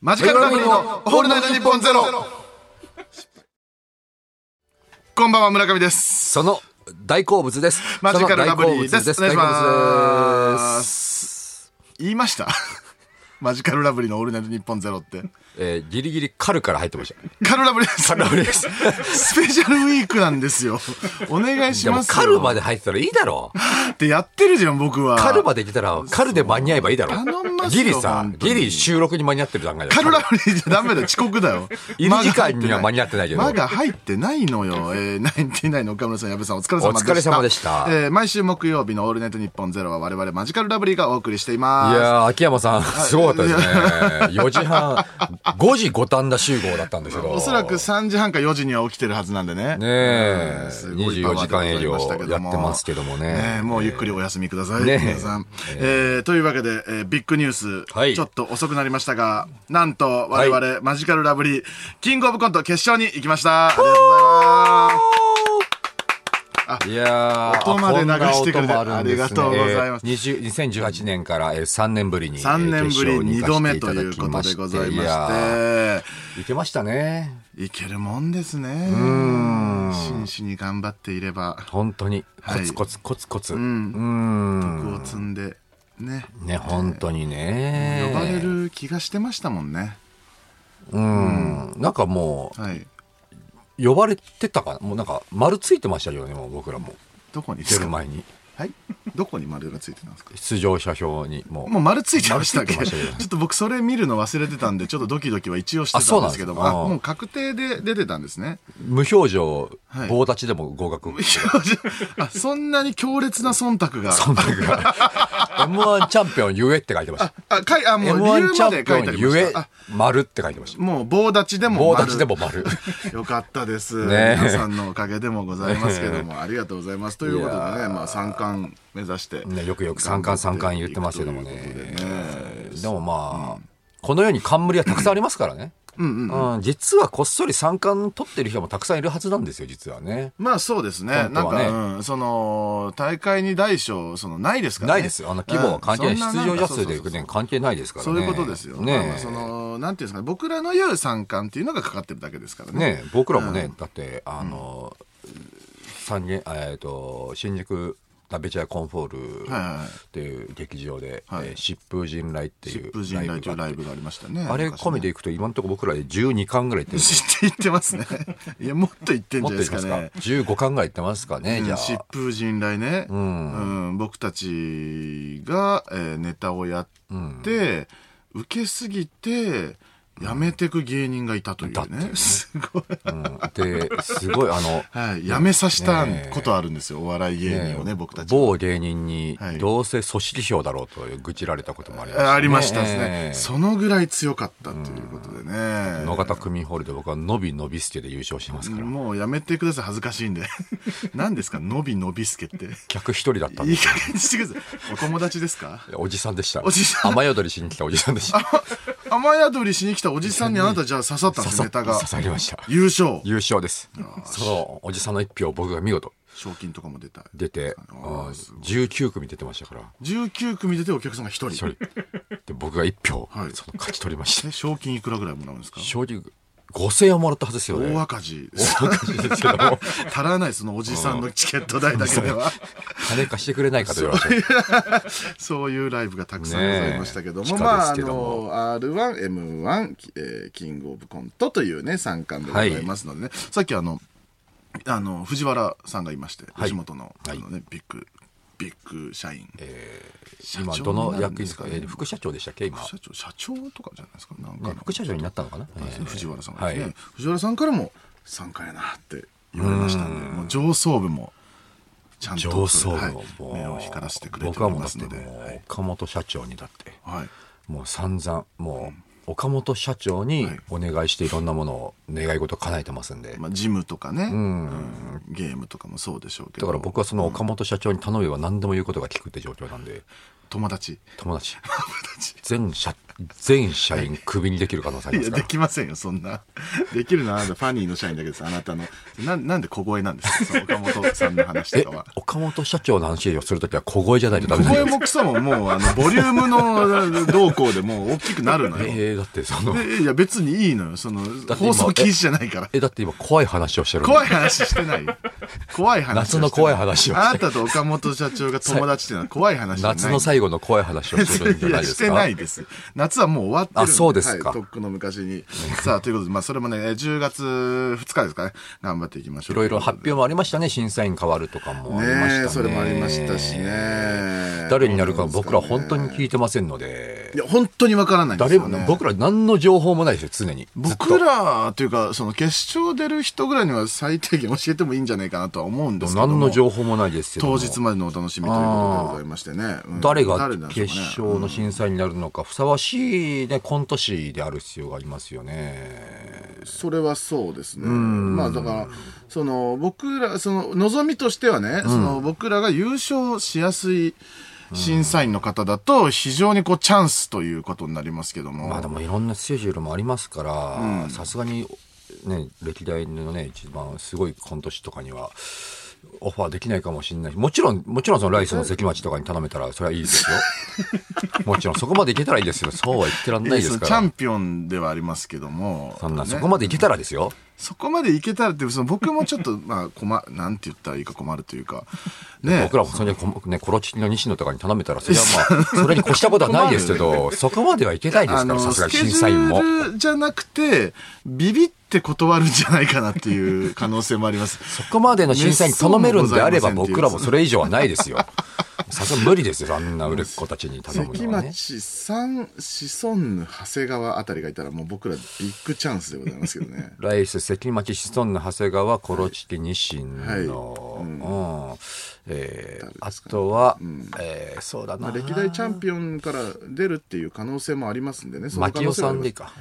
マジカルラブリーのオールナイトニッポンゼロ。こんばんは、村上です。その大好物です。マジカルラブリーですそのお大願いし好ま。物です言いましたマジカルラブリーのオールナイトニッポンゼロって。すえーギリギリカルから入ってました。カルラブリーです。カルラブリー です。スペシャルウィークなんですよ。お願いしでもますよ。カルまで入ってたらいいだろう。ってやってるじゃん、僕は。カルまで来たらカルで間に合えばいいだろう。頼みますよギリさ本、当にギリ収録に間に合ってる段階だカルラブリーじゃダメだよ、遅刻だよ。入り時間には間に合ってないけど間が入ってないのよ。えー、ナインティナインの岡村さん、矢部さん、お疲れ様でした。お疲れ様でしたえー、毎週木曜日のオールナイトニッポンゼロは我々マジカルラブリーがお送りしていまいす。やー、秋山さん、すごかったですね。4時半、5時五反田集合だったんですけど。おそらく3時半か4時には起きてるはずなんでね。ねうえん、すごいパワ24ーでご時ざ間い営業ましたけどやもってますけどもねえね。もうゆっくりお休みください、ねえ皆さん、えーというわけで、えービッグニュース、はいちょっと遅くなりましたがなんと我々、マジカルラブリーキングオブコント決勝に行きましたありがとうございますいやー音まで流してくれてあこんな音もるんですねありがとうございますえー20 2018年からえー3年ぶりに。 3年ぶりえー決勝に2行か度せ目てとたいだうきことでございまいやしてーいけましたね。いけるもんですね真摯に頑張っていれば本当に。コはいツコツコツコツ。う徳ん。を積んでねね、本当にね。呼ばれる気がしてましたもんね、うん。なんかもはい、う、呼ばれてたかなもうなんか、丸ついてましたよね、もう僕らも。どこにです出かる前に。はい、どこに丸がついてたんですか出場者表に、もう。もう丸ついてま したっけ丸ついてましたよちょっと僕それ見るの忘れてたんで、ちょっとドキドキは一応してあそたうんなんでですすけかども、あああもう確定で出てたんですね。 無表情はい、棒立ちでも合格。あそんなに強烈な忖度が。そんなのが M1 チャンピオンゆえって書いてました。あ、かい、あ、もう理 M1 由チまャンでピ書オいてあンりまゆえした。あ、、丸って書いてました。もう棒立ちでも棒丸立ちでも丸。 よかったです。ねえ皆さんのおかげでもございますけど も、ありがとうございます。ということでねいや、ーまあ三冠目指して。ね、よくよく三冠三冠言ってますけどもということねで。でもまあ、この世に冠はたくさんありますからね。うん実はこっそり三冠取ってる人もたくさんいるはずなんですよ、実はね。まあそうですね。本当なんはねか、うん、その、大会に大小、その、ないですからね。ないですよ。あの規模は関係ない。うんそんな出場者数でいそうそうくそうね、関係ないですからね。そういうことですよ。まあまねあその、なんていうんですかね、僕らの言う三冠っていうのがかかってるだけですからね。ね僕らもね、だって、あの、三軒、えっと、新宿食べ茶屋コンフォールはいはいはいっていう劇場で、えはいー疾風陣雷っていう疾風陣雷というライライブがありましたね。ブがあれ込みでいいくと今のところ僕らで12巻ぐらいいって る知って言ってます ね。いや、もっと言ってんじ持ゃっないてでますすかかね。 15巻ぐらいいってますかね、うんじゃあ疾風陣雷ね、うん僕たちが、えーネタをやって、受けすぎて、やめてく芸人がいたというね。すごい。うんですごいあのはい、やめさせたことあるんですよ、お笑い 芸人をね、僕たちは。某芸人にはいどうせ組織票だろうと愚痴られたこともありました、あありましたですね、ええそのぐらい強かったということでね。野方組ホールで僕はのびのびすけで優勝してますからもうやめてください、恥ずかしいんで。 何ですか、のびのびすけって。客一人だったんいでい加減にしてください。お友達ですかおじさんでしたおじさん雨宿りしに来たおじさんでした雨宿りしに来たおじさんにあなたじゃあ刺さったんです、ネタが刺。さりました優勝。優勝ですそのおじさんの一票を僕が見事賞金とかも出た。出てああ19組出てましたから19組出てお客さんが1人。 一人で僕が一票、はいその勝ち取りましたね賞金いくらぐらいもらうんですか正直5000円はもらったはずですよね大赤字。大赤字ですけ ども足らない、そのおじさんのチケット代だけでは。金貸してくれないかと言われて そういうライブがたくさんございましたけども、ねえまあ、あ地下ですけどもの、R1、M1、きえーキングオブコントというね、三冠でございますのでね、さっきあの、あの、藤原さんがいまして、はい吉本の、あはいのね、ビッグ、ビッグ社員。社今長どにのなるん役員ですかえー副社長でしたっけ今、社長、社長とかじゃないですか、なんかの。ね副社長になったのかな、えー藤原さんがですね、はい藤原さんからも参加やなって言われましたんでもう上層部もちゃんと上層部はいもう目を光らせてくれて僕おはりもうだまっすてのでもう岡本社長にだってはいもう散々もう岡本社長にお願いしていろんなものを願い事叶えてますんで、まあ、ジムとかね、うんゲームとかもそうでしょうけだどから僕はその岡本社長に頼めば何でも言うことが聞くって状況なんで友達。友達。全社、全社員クビにできる可能性ありいや、ますかでら。きませんよ、そんな。できるのはあなた、ファニーの社員だけです、あなたの。ななんで小声なんですか、その岡本さんの話えとかは。、岡本社長の話をするときは小声じゃないとダ小メ声だよ。もクソももう、あの、ボリュームの動向でもう大きくなるのよ。えー、だってその、でいや、別にいいのよ、その、今放送禁止じゃないから。え、だって今怖い話をしてるんだ怖い話してないよ怖い話はして夏の怖い話をしてあなたと岡本社長が友達っていうのは怖い話じゃない夏の最後の怖い話をしてるんじゃいなやいでしすてかないです。夏はもう終わってるんあそうですかはいとっくの昔に。さあ、ということで、まあ、それもね、えー10月2日ですかね。頑張っていきましょう。いろいろ発表もありましたね。審査員変わるとかもありましたね。ねえそれもありましたしね誰になるか僕どらうな本んです当かねに聞いてませんのでい。や、本当にわからないんです誰よ、ね。も、僕ら何の情報もないですよ、常に。ずっと僕らというか、その決勝出る人ぐらいには最低限教えてもいいんじゃないかなとは思うんですけども。何の情報もないですけども当日までのお楽しみということでございましてね。うん誰がなんです決かね勝の審査員になるのかふさわしい、ね、コント師である必要がありますよね。それはそうですね。まあだから、その僕ら、その望みとしてはね、その僕らが優勝しやすい審査員の方だと、非常にこうチャンスということになりますけども。まあでもいろんなスケジュールもありますからさすがに、ね、歴代のね一番すごいコント師とかにはオファーできないかもしれないしもちろんもちろんその来世の関町とかに頼めたらそれはいいです よもちろんそこまでいけたらいいですけどそうは言ってらんないえでそすのかチャらンピオンではありますけども。そんなねそこまでいけたらですよ。そこまでいけたらって、その僕もちょっ と、まあ、困、なんて言ったらいいか困るというか。ね。僕らもそれにこ、ね、コロチキの西野とかに頼めたら、それはまあ、 それに越したことはないですけ ど、そこまではいけないですから、さすがスにケ審ジ査員ュも。ールじゃなくて、ビビって断るんじゃないかなっていう可能性もあります。そこまでの審査員に頼めるんであれば、滅相もございませんっていう僕らもそれ以上はないですよ。さすがに無理ですよ、あんな売れっ子たちに 頼む関のはね。。町さん、シソンヌ、長谷川あたりがいたら、もう僕らビッグチャンスでございますけどね ライス、関町、シソンヌ、長谷川、コロチキ、ニシンはいの、うん。えーあとは、えーそうだまあな。歴代チャンピオンから出るっていう可能性もありますんでね、そのマ可キ能オ性もさありんまです いいか。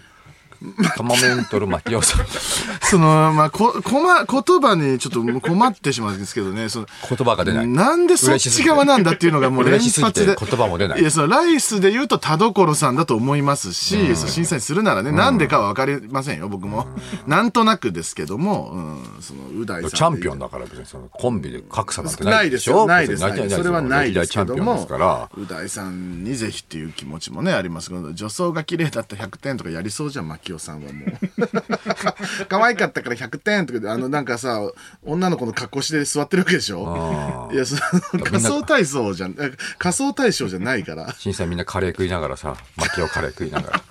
カマメントルマキオさ ん。その、まあ、こ、こま、言葉にちょっと困ってしまうんですけどね、その、言葉が出ない。なんでそっち側なんだっていうのがもう連嬉しすぎ発てで。言葉も出ないいや、そのライスで言うと田所さんだと思いますし、その審査にするならね、な、んでかはわかりませんよ、僕も。なんとなくですけども、うん、その、う大さんでいい。チャンピオンだから別にそのコンビで格差なんてなないいでですしょよ。ないです。別ないにですよそれはないですけ歴代チャンどピオンでもすから、う大さんにぜひっていう気持ちもね、ありますけど、女装が綺麗だったら100点とかやりそうじゃん、マキオさんはもう。 可愛かったから100点とかで、あの、なんかさ、女の子の格好して座ってるわけでしょいや、その、仮装体操じゃん、仮装体操じゃない から。審査員みんなカレー食いながらさ、マキオカレー食いなが ら。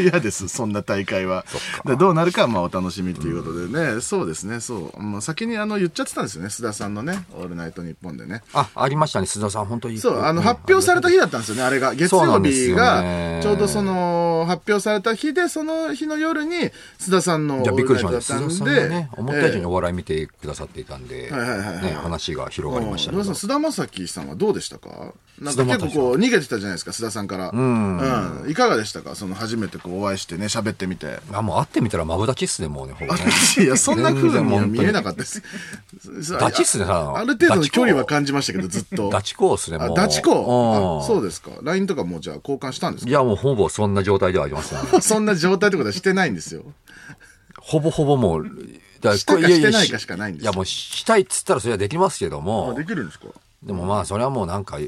嫌です、そんな大会は。でどうなるかはまあお楽しみということでね、そうですね、そう。もう先にあの、言っちゃってたんですよね、須田さんのね、オールナイトニッポンでね。あ、ありましたね、須田さん、本当にいい。そう、あの、発表された日だったんですよね、あれが。月そうな曜んです日よがね、ちょうどその、発表された日で、その日の夜に、須田さんのオいや、ーびっくルりナイしトまだし。ったたん須で、田さんがね、思った以上にお笑い見てくださっていたんで、はいはいはいはいね、話が広がりましたうんねどう。ですか須田将暉さんはどうでしたかなんか須田結将暉さん構こう、逃げてたじゃないですか、須田さんから。うん。いかがでしたかその、初めてこう、お会いしてね、喋ってみて。あ、もう会ってみたらマブダチっすね、もうね、ほぼね。 いや、そんな風には全然見えなかったです。 ダチっすね、さある程度の距離は感じましたけど、ずっと。ダチコーっすね、あもう。ダチコあうそんうですか。LINE とかもうじゃあ交換したんですいかや、もうほぼそんな状態ではあります ね。そんな状態ってことはしてないんですよ。ほぼほぼもう、だしたかこれやしてやないかしかないんですいや、もうしたいっつったらそれはできますけどあも、できるんですかでもまあ、それはもうなんか、う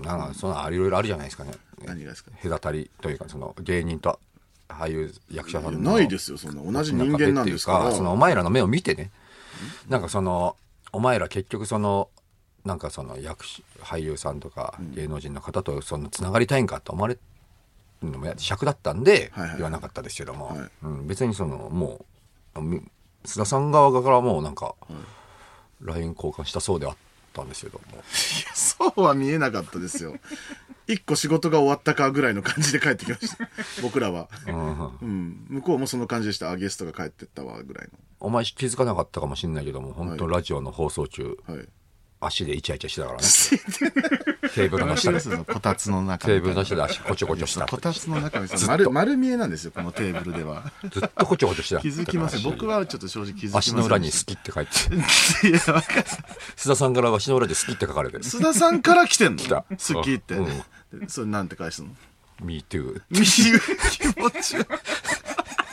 ん、なんか、その、いろいろあるじゃないですかね。何がですか隔たりというか、その、芸人と、俳優、役者さんの。ないですよ、そんな。同じ人間なんですから。中でっていうその、お前らの目を見てね。なんかその、お前ら結局その、なんかその役者、俳優さんとか芸能人の方とその、つながりたいんかと思われるのもや尺だったんではいはい、言わなかったですけども、はいうん、別にその、もう、み須田さん側からもうなんか、LINE 交換したそうであったんですけども。そうは見えなかったですよ。一個仕事が終わったかぐらいの感じで帰ってきました。 僕らは。うん。向こうもその感じでした。あ、ゲストが帰ってったわ、ぐらいお前気づかなかったかもしれないけども本当ラジオの放送中、の。はい。足でイチャイチャしてたからね。テーブルの私下 で。ですよこたつの中テみたーいブルなの下で足こちょこちょした。こたつの中にさずっ丸と丸見えなんですよこのテーブルではずっとこちょこちょしてた。気づきません僕はちょっと正直気づきませ足んの裏に好きって書いて、いやわかんない須田さんから足の裏で好きって書かれて、須田さんから来てんのた好きって、うそれなんて返すの Me too。気持ち悪い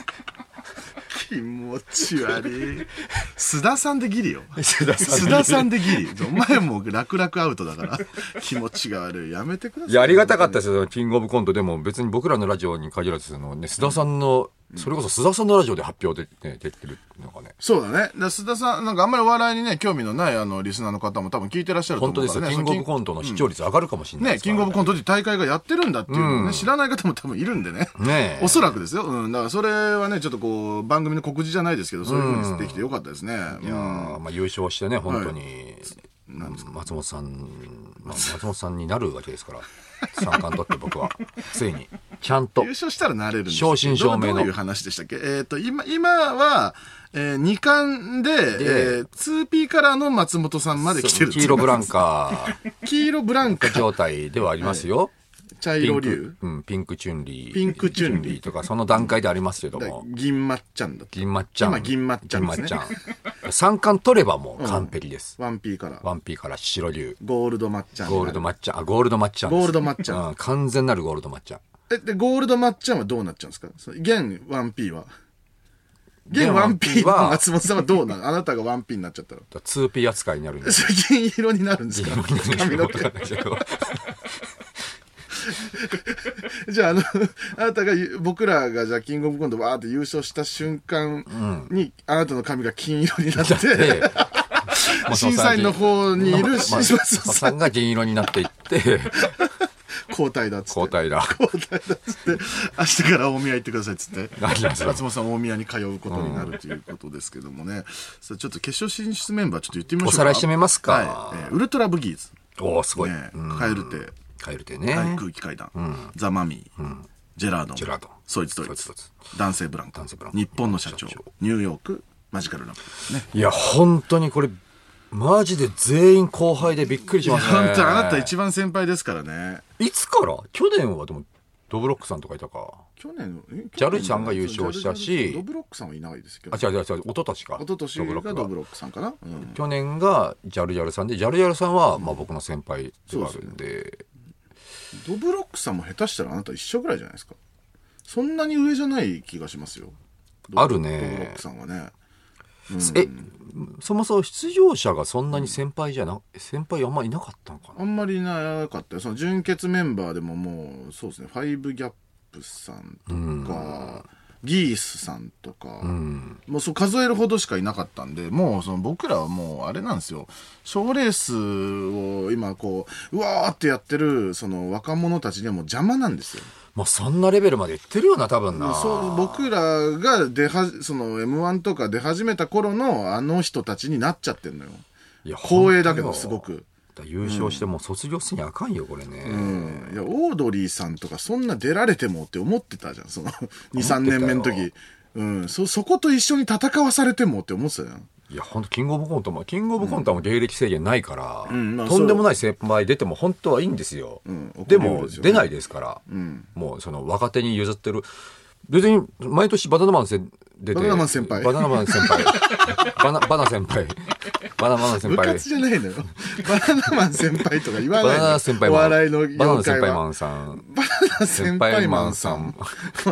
気持ち悪い須田さんでギリよ須田須田さんでギリお前もう楽々アウトだから気持ちが悪いやめてくださいいや、ありがたかったですよ。キングオブコントでも別に僕らのラジオに限らず、そのね、須田さんの、それこそ須田さんのラジオで発表で、ね、出てるのがね。そうだね。だから須田さん、なんかあんまりお笑いにね、興味のないあの、リスナーの方も多分聞いてらっしゃると本思当うでかすら、よ。ね。キングオブコントの視聴率上がるかもしれないね、ですかキらングオブコントって大会がやってるんだっていうのをね、知らない方も多分いるんでね。ねえおそらくですよ。うん。だからそれはね、ちょっとこう、番組の告示じゃないですけど、そういう風にできてよかったですね。いやーまあ優勝してね、本当に、松本さん、まあ松本さんになるわけですから、 三冠取って僕は、ついに、ちゃんと優、勝したらなれるんですけど正真正銘のどういう話でしたっけえっ、と、今、今は、えー、2冠で、でえー、2P カラーの松本さんまで来てるって黄いう色ブランカ 黄色ブランカー、 状態ではありますよ。茶ピ色ン竜ク、うん、ピンクチュンリー。ピンクチュンリーとか、その段階でありますけどだも。銀まっちゃんだった銀まっちゃん。今銀まっちゃんですね銀まっちゃん三冠取ればもう完璧です。ワンピーカラーワンピーから白竜。ゴールドまっちゃんゴールドまっちゃん。あ、ゴールドまっちゃんです。ゴールドまっちゃんうん、完全なるゴールドまっちゃん。えでゴールドまっちゃんはどうなっちゃうんですかその現ワンピーは現ワンピーは松本さんはどうなのあなたがワンピーになっちゃったらツーピー扱いになるんです。それ銀色になるんですか髪の毛わかんないけど じゃああのあなたがゆ僕らがじゃあキングオブコントわーって優勝した瞬間に、あなたの髪が金色になってで審査員の方にいるまあ島津松本ささんんが銀色になっていって、 交代だっつって交代だ。交代だっつって明日から大宮行ってくださいっつってなりますよ松本さん大宮に通うことになるということですけどもね、さあちょっと決勝進出メンバーちょっと言ってみましょうかおさらいしてみますかはいえーウルトラブギーズ、おおすごい。ねうんカエルテカエルテね。大空気階段、ザ・マミィ、ジェラードンジェラードンそいつドそイいつツドイツ男性ブランコ男性ブランコ日本の社長日本の社ニューヨークマジカルラブリーねいや、本当にこれ、マジで全員後輩でびっくりしましたね。本当あなた一番先輩ですからねいつから去年はでも、ドブロックさんとかいたか。去年ジャルジさんが優勝したしドブロックさんはいないですけどあ、違う違う違う、一昨年か。一昨年がドドブブロックロックさんかな、うん去年がジャルジャルさんで、ジャルジャルさんは、まあ僕の先輩ではあるんで、ドブロックさんも下手したらあなた一緒ぐらいじゃないですかそんなに上じゃない気がしますよドあるドブロねックさんはねえ、そもそも出場者がそんなに先輩じゃな、先輩あんまいなかったのかなあんまりいなかったよその純潔メンバーでももうそうですねファイブギャップさんとか、ギースさんとか、うん。もうそう数えるほどしかいなかったんで、もうその僕らはもうあれなんですよ。賞ーレースを今こう、うわーってやってるその若者たちでも邪魔なんですよ。まあそんなレベルまでいってるよな、多分な。そう僕らが出はその m 1とか出始めた頃のあの人たちになっちゃってんのよいや光栄だけど本当よすごく、だから優勝してもう卒業せにあかんよ、これね。うん、いやオードリーさんとかそんな出られてもって思ってたじゃん その23年目の時うん、そそこと一緒に戦わされてもって思ってたじゃんいや、本当キングオブコントも、キングオブコントはもう芸歴制限ないから、んまあとんでもない先輩出ても本当はいいんですよ。んで怒りも、ますよね出ないですから、もうその若手に譲ってる。別に、毎年バナナマンせ出て。バナナマン先輩バナナマン先輩。バナ、バナ先輩。バナナマン先部 輩。活じゃ ないのよバナナマン先輩とか言わバないナのナ先輩おマン。笑いのバナナ業先界輩マはンさん。バナナ先輩マンさんも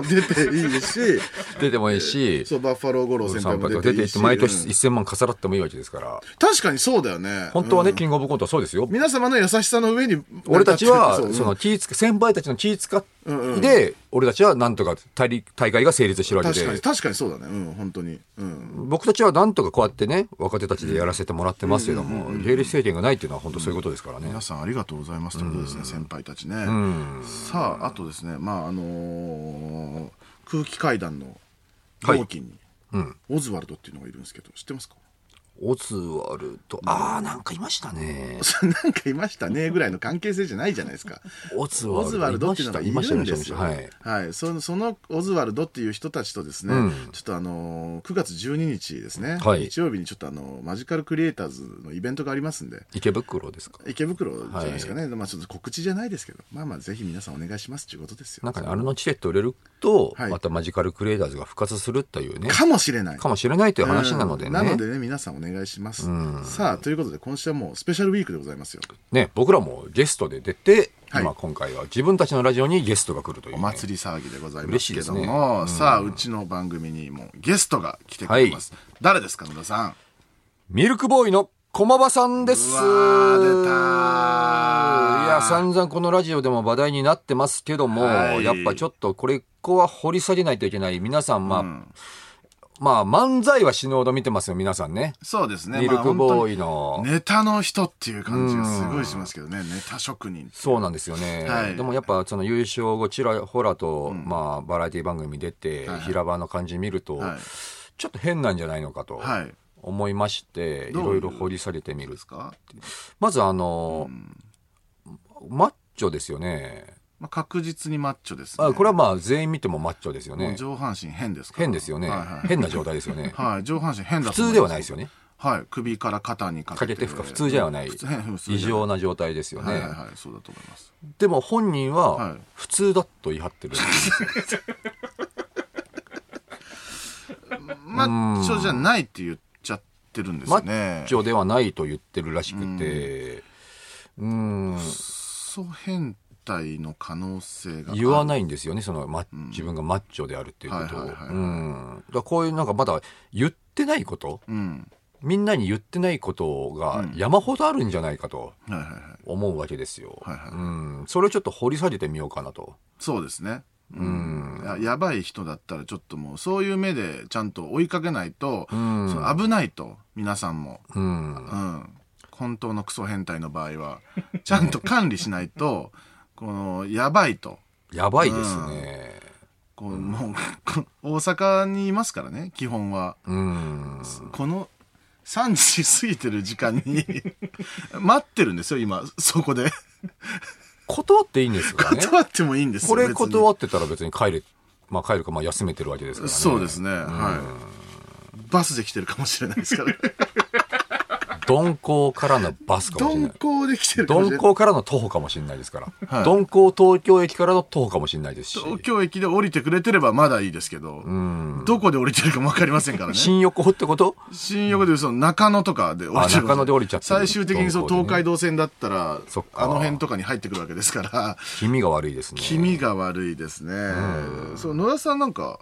出ていい し出てもいいし、そうバッファロー五郎先輩も出てい出いしていって毎うん年1000万かさらってもいいわけですから。確かにそうだよね。本当はね、うんキングオブコントはそうですよ。皆様の優しさの上に、俺たちはそう、その気ぃつけ、先輩たちの気ぃ使っうんうんで、俺たちはなんとか大陸大会が成立してるわけ確かに、で、確かにそうだね。うん、本当に。うん。僕たちはなんとかこうやってね、若手たちでやらせてもらってますけども、芸歴制限がないっていうのは本当そういうことですからね皆。さんありがとうございますということですね、先輩たちね。んさあ、あとですね、まあ、あのー空気階段の同期に、オズワルドっていうのがいるんですけど、知ってますか オズワルド、ああ、なんかいましたね。なんかいましたねぐらいの関係性じゃないじゃないですか。 オズオワズワルルドドっていうのがいいましたるんでいましすたよ。いましたはい。そのそのオズワルドっていう人たちとですね、うんちょっとあのー9月12日ですね、はい日曜日にちょっとあのーマジカルクリエイターズのイベントがありますんで、池袋ですか。池袋じゃないですかね、まあちょっと告知じゃないですけど、まあまあぜひ皆さんお願いしますということですよ。なんかね、あれのチケット売れると、はいまたマジカルクリエイターズが復活するというね、かもしれない。かもしれないという話なのでうね。んなのでね、皆さんお願いします。さあ、ということで、今週はもうスペシャルウィークでございますよ。ね、僕らもゲストで出て、はい今今回は自分たちのラジオにゲストが来るという、おね。祭り騒ぎでございま嬉しすいけですどねも、さあ、うちの番組にもゲストが来てくれます。誰ですか、野田さん。ミルクボーイの駒場さんです。うわー出たーいや、散々このラジオでも話題になってますけども、はいやっぱちょっとこれ、ここは掘り下げないといけない。皆さん、まあ、まあ、漫才は死ぬほど見てますよ、皆さんね。そうですね。ミルクボーイまあの本当にネタの人っていう感じがすごいしますけどね。ネタ職人。そうなんですよね、はいでもやっぱその優勝後ちらほらと、まあ、バラエティ番組出て、平場の感じ見ると、はいちょっと変なんじゃないのかとはい思いまして、い、どういうろいろ掘り下げてみでるすか、まずあの、マッチョですよねまあ、確実にマッチョですね。あこれはまあ全員見てもマッチョですよもうね上半身変ですから変ですよね、はいはい変な状態ですよね、はい、上半身変だ普通ではない。ないですよねはい、首から肩にかかけけて。て負荷普通じゃない普通変普通異じゃない常な状態ですよね、はいはいはい、そうだと思います。でも本人はいは普通だと言い張ってる、マッチョじゃないって言っちゃってるんですマよッねチ。ョではないと言ってるらしくて、うん、そう変態の可能性がある。言わい。ないんですよね、その、ま、自分がマッチョであるっていうことを。はいはいはいはいうん。だからこういうなんかまだ言ってないこと、うん。みんなに言ってないことが山ほどあるんじゃないかとはいはいはい。思うわけですよ。はいはいうん。それをちょっと掘り下げてみようかなと。そうですね。うん。ややばい人だったらちょっともうそういう目でちゃんと追いかけないと、んその危ないと皆さんも、うん。うん、本当のクソ変態の場合は ちゃんと管理しないとこのやばいとやばいですね。こうもうこ大阪にいますからね基本はうん。この3時過ぎてる時間に 待ってるんですよ今そこで断っていいんですからね。断ってもいいんですよこれ別に断ってたら別に帰れ、まあ帰るか、まあ休めてるわけですからね。そうですね、はいバスで来てるかもしれないですからね鈍行からのバスかもしれ 鈍ない。行で来てるかもし 鈍れない行からの徒歩かもしれないですから。はい鈍行東京駅からの徒歩かもしれないですし。東京駅で降りてくれてればまだいいですけど、うん。どこで降りてるかも分かりませんからね新横ってこと新横でその中野とかで降りてるあ中野で降りちゃってる最終的にその鈍行でね東海道線だったら、そっかあの辺とかに入ってくるわけですから気味が悪いですね。気味が悪いですね、そう野田さんなんか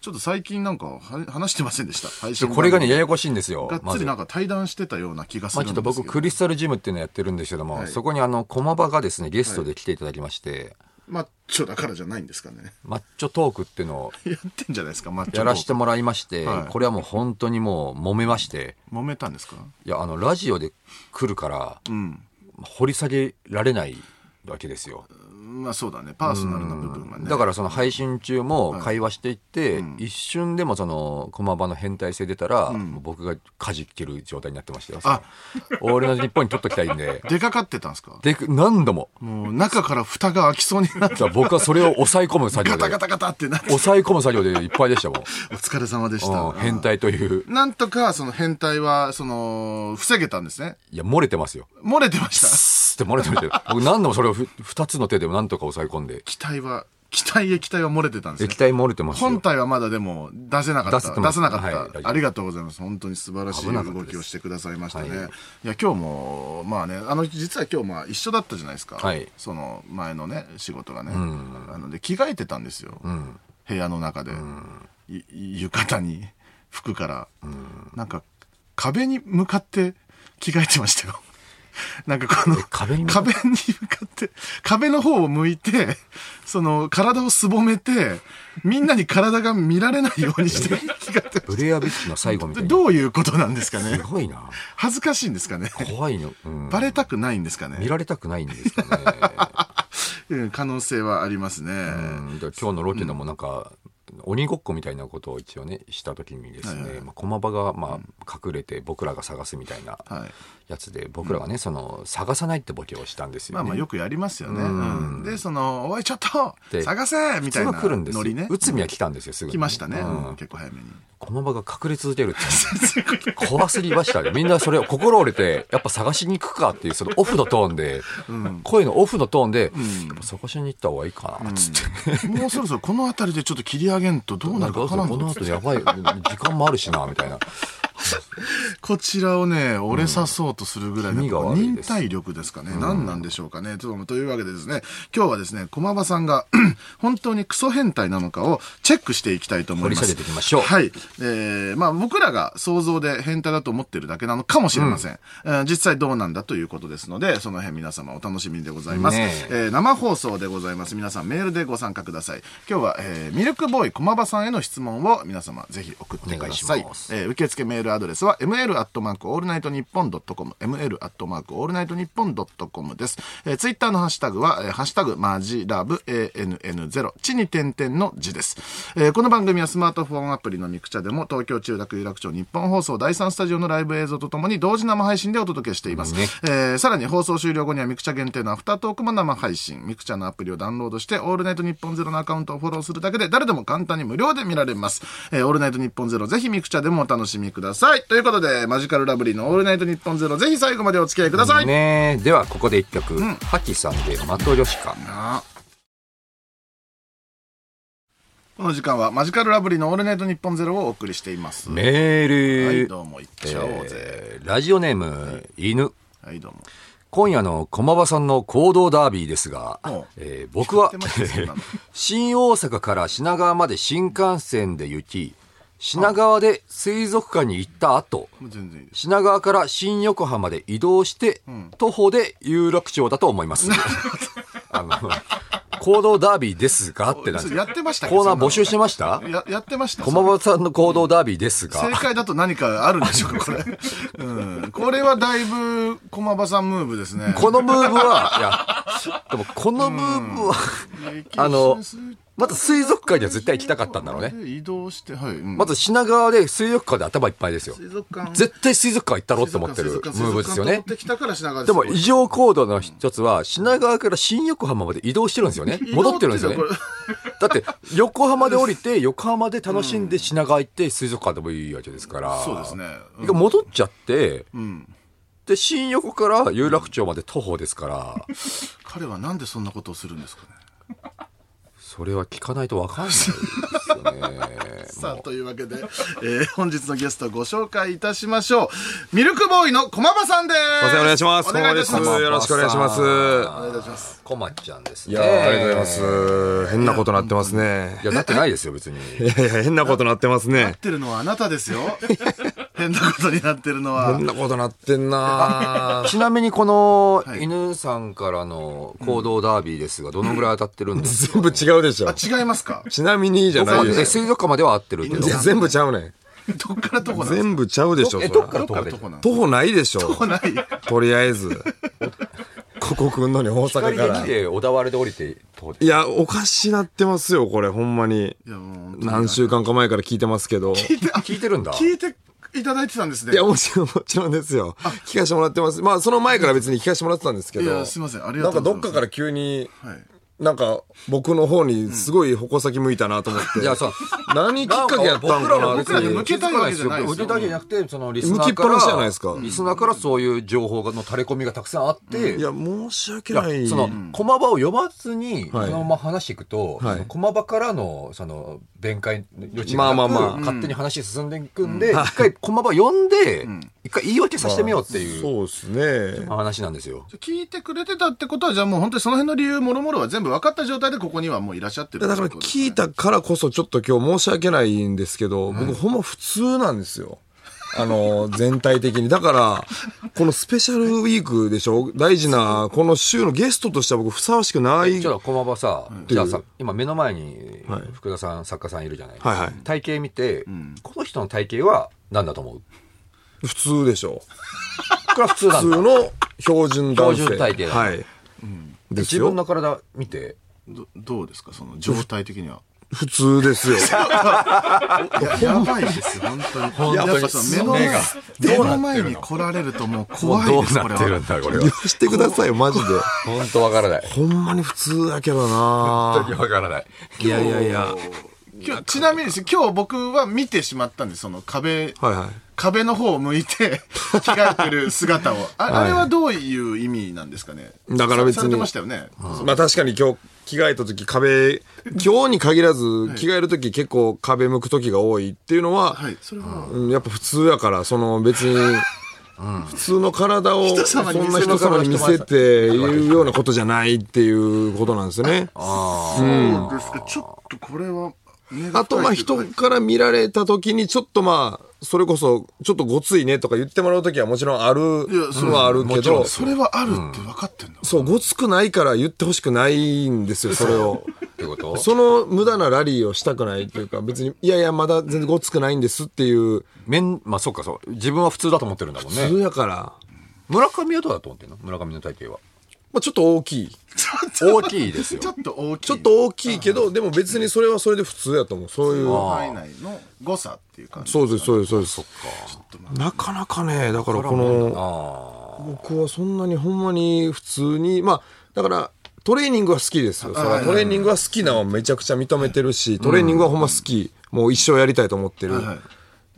ちょっと最近なんかは話してませんでした配信これがね、ややこしいんですよ。がっまつずりなんか対談してたような気がすまるあんちょでっすけとど、僕、クリスタルジムっていうのやってるんですけども、はいそこにあの、駒場がですね、ゲストで来ていただきまして、マッチョだからじゃないんですかね マッチョトークっていうのをやってんじゃないですかマッチョとやらせてもらいまして、はいこれはもう本当にもう揉めまして、揉めたんですかいや、あの、ラジオで来るから、うん掘り下げられないわけですよ。まあそうだねパーソナルな部分はねだからその配信中も会話していって、一瞬でもその駒場の変態性出たら、もう僕がかじける状態になってましたよ。あ俺の日本に取っときたいんで。出かかってたんですかで、何度も。もう中から蓋が開きそうになって だから僕はそれを抑え込む作業ガタでガ。タガタってなって抑え込む作業でいっぱいでしたもん。お疲れ様でしうんた変態という。なんとかその変態はその防げたんですねいや、漏れてますよ。漏れてましプたスって漏れてましたよ。僕何度もそれをふ二つの手でも何とか抑え込んで。気体は気体液体は漏れてたんですね液体漏れてますよ。本体はまだでも出せなかっ出せた。出てますせなかった、はい大丈夫ありがとうございます。本当に素晴らしい危なかった動ですきをしてくださいましたね。はいい、や、今日も、まあね、あの、実は今日まあ一緒だったじゃないですか。はいその前のね、仕事がね。あので、着替えてたんですよ。部屋の中で、い浴衣に、服から、なんか、壁に向かって着替えてましたよ。 なんかこのえ壁に向かっ壁に向かって、壁の方を向いて、 その、体をすぼめて、みんなに体が見られないように して、ブレアビッチの最後みたいな。どういうことなんですかすねごいな。恥ずかしいんですかね怖いの。うんバレたくないんですか見ね、られたくないんですかね。うん、可能性はありますね。うん、だから今日のロケでもなんか、鬼ごっこみたいなことを一応ねした時にですね、はいはいまあ、駒場がまあ隠れて僕らが探すみたいなはいやつで僕らがね、その探さないってボケをしたんですよ、まあねまあよくやりますよね。うんうんで、その、おい、ちょっとで探せみたいすなぐ来るんですよノリね。内海は来たんですよすぐに来ましたね。うんうん結構早めに。 駒場が隠れ続けるっていう怖すぎましたねみんなそれを心折れてやっぱ探しに行くかっていうそのオフのトーンで、声のオフのトーンで、やっぱ探しに行った方がいいかなっつって、もうそろそろこの辺りでちょっと切り上げんとどうななんるかかわこからんぞの後やばい時間もあるしなみたいなこちらをね、折れさそうとするぐらいの、うん気味が悪い忍です耐力ですかね。何なんでしょうかね。とというわけでですね、今日はですね、駒場さんが 本当にクソ変態なのかをチェックしていきたいと思います。掘り下げていきましょうはい。えー、まあ僕らが想像で変態だと思ってるだけなのかもしれません。えー実際どうなんだということですので、その辺皆様お楽しみでございます。ねええー生放送でございます。皆さんメールでご参加ください。今日は、えーミルクボーイ駒場さんへの質問を皆様ぜひ送ってくださお願いい。しますえー受付メールアドレスは ml アットマークオールナイトニッポンドットコム ml アットマークオールナイトニッポンドットコムです。えー、ツイッターのハッシュタグは、えーハッシュタグマジラブ ANN0 地に点々の字です、えーこの番組はスマートフォンアプリのミクチャでも東京中楽有楽町日本放送第3スタジオのライブ映像とともに同時生配信でお届けしています。ねえーさらに放送終了後にはミクチャ限定のアフタートークも生配信。ミクチャのアプリをダウンロードして、オールナイトニッポンゼロのアカウントをフォローするだけで誰でも簡単に無料で見られます。えーオールナイトニッポンゼロぜひミクチャでもお楽しみください。ということで、マジカルラブリーのオールナイトニッポンゼロぜひ最後までお付き合いください。ねえではここで一曲、ハキさんで「マトリョシカ」なあこの時間はマジカルラブリーのオールナイトニッポンゼロをお送りしています。メはーい、ル、どうも、いっちゃおうぜ。えーラジオネーム、犬はい、どうも。今夜の駒場さんの行動ダービーですがおう、えー僕知はってますよそんなの 新大阪から品川まで新幹線で行き品川で水族館に行った後もう全然いいです。品川から新横浜まで移動して、徒歩で有楽町だと思 います。あの行動ダービーですがってなんですやってましたっけコーナー募集してましたややってました駒場さんの行動ダービーです正が。解だと何かあるんでしょうか、これ。うん。これはだいぶ、駒場さんムーブですね。このムーブは、いや、でもこのムーブは、あのまず水族館には絶対行きたかったんだろうね。移動して、はい。うんまず品川で水族館で頭いっぱいですよ。水族館。絶対水族館行ったろって思ってるムーブですよね。水族館水族館水族館通ってきたから品川でもす異常行動の一つは、品川から新横浜まで移動してるんですよね。ごい戻ってるんですよねこ。れだって、横浜で降りて、横浜で楽しんで品川行って水族館でもいいわけですから。そうですね。一回戻っちゃって、うん。で、新横から有楽町まで徒歩です から、彼はなんでそんなことをするんですかね。それは聞かないとわかんないですよね。さあ、というわけで、えー本日のゲストご紹介いたしましょう。ミルクボーイの駒場さんです。お世話お願いします。お願いいたします。こんばんはお よろしくお願いします。願いいたします。こまちゃんですいね。やーありがとうございま。す。変なことなってますねい。や、なってないですよ、別に。いやいや、変なことなってますねなっ。てるのはあなたですよ。 変なことになってるのは変。なことなってんなーちなみにこのはい犬さんからの行動ダービーですが、どのぐらい当たってるんですか全部違うでしょ。あ、違いますかちなみにじゃどこなま いででえしょ。水族館までは合ってるけど。いや全部ちゃうねん。どっからどこなんですか全部ちゃうでしょ、えそれどっからどっからどこなんです徒歩ないでしかょ。ない。とりあえず。ここ来んのに大光阪でか来ら。て、小田原で降りて、どうでいや、おかしなってますよ、これ、ほんまに。いや、もう本当に何週間か前から聞いてますけど。聞いて、あ聞いてるんだ。聞いていただいてたんですね。いや、もちろん、もちろんですよ。聞かしてもらってます。まあ、その前から別に聞かしてもらってたんですけいど。やすいませんありながとんかうござどいっますかから急に、はいなんか僕の方にすごい矛先向いたなと思って。いや、さ、何きっかけやったんかな僕らにの向けたいわけじゃないですよ向けたわけじゃなくて、そのリスナーから。向きっぱなしじゃないですかリスナーからそういう情報の垂れ込みがたくさんあって、いや、申し訳いやない。その、駒場を呼ばずに、そはいのまま話していくと、はいその駒場からの、その、弁解の余地がなく、まあまあまあ勝手に話進んでいくんで、一回駒場呼んで、一回言い訳させてみようっていう、そうですね。話なんですよ。聞いてくれてたってことは、じゃあもう本当にその辺の理由、もろもろは全部分かった状態でここにはもういらっしゃってるだから聞いたからこそちょっと今日申し訳ないんですけど、僕ほんま普通なんですよ。あの、全体的に。だから、このスペシャルウィークでしょ大事な、この週のゲストとしては僕ふさわしくない。ちょっはと駒場さ、じゃあさ、今目の前にはい福田さん、作家さんいるじゃないですか。いは体型見て、この人の体型は何だと思うい。普通でしょこれは普通な普ん通だ。の標準男標性。準体型だはい。です自よ分の体見て、どどうですか、その状態的には。普通ですよ。ややばいです本当に本当にやっぱさ目の前目が目の前に来られるともうもう怖いどですうこれなっはてるんだ、これは言。わしてくださいよ、マジで。本当わからない。ほんまに普通だけど本な当にわからない。いやいやいや。今日ちなみにですね今日僕は見てしまったんですその壁、はいはい。壁の方を向い て着替えてる姿をあ,、あれはどういう意味なんですかねだから別にされてましたよね、まあ確かに今日着替えた時壁、今日に限らず着替える時結構壁向く時が多いっていうのは、はいそれは、うん、やっぱ普通やから、その別に、普通の体をそん様に見なせ人様に見せていうようなことじゃないっていうことなんですよね。そうですかちょっとこれは根が深いあとまとあいう人かから見られた時にちょっとまあ、それこそちょっとごついねとか言ってもらう時はもちろんある、やそれはあるけど、それはあるって分かってんの、そう、ごつくないから言ってほしくないんですよ、それを。ってことその無駄なラリーをしたくないというか、別に、いやいや、まだ全然ごつくないんですっていう、面、まあそうかそう。自分は普通だと思ってるんだもん普通ね。やから、村上はどうだと思ってるの村上の体型は。まあちょっと大きい。大きいです よちょ。っと大きいちょっと大きいけど、でも別にそれはそれで普通やと思う。そういう。範囲内の誤差っていう感じそうです、そうです、そうです。なかなかね、だからこの、あ僕はそんなにほんまに普通に、まあ、だから、トレーニングは好きですよ。そらトレーニングは好きなのはめちゃくちゃ認めてるし、トレーニングはほんま好き。もう一生やりたいと思ってる。はい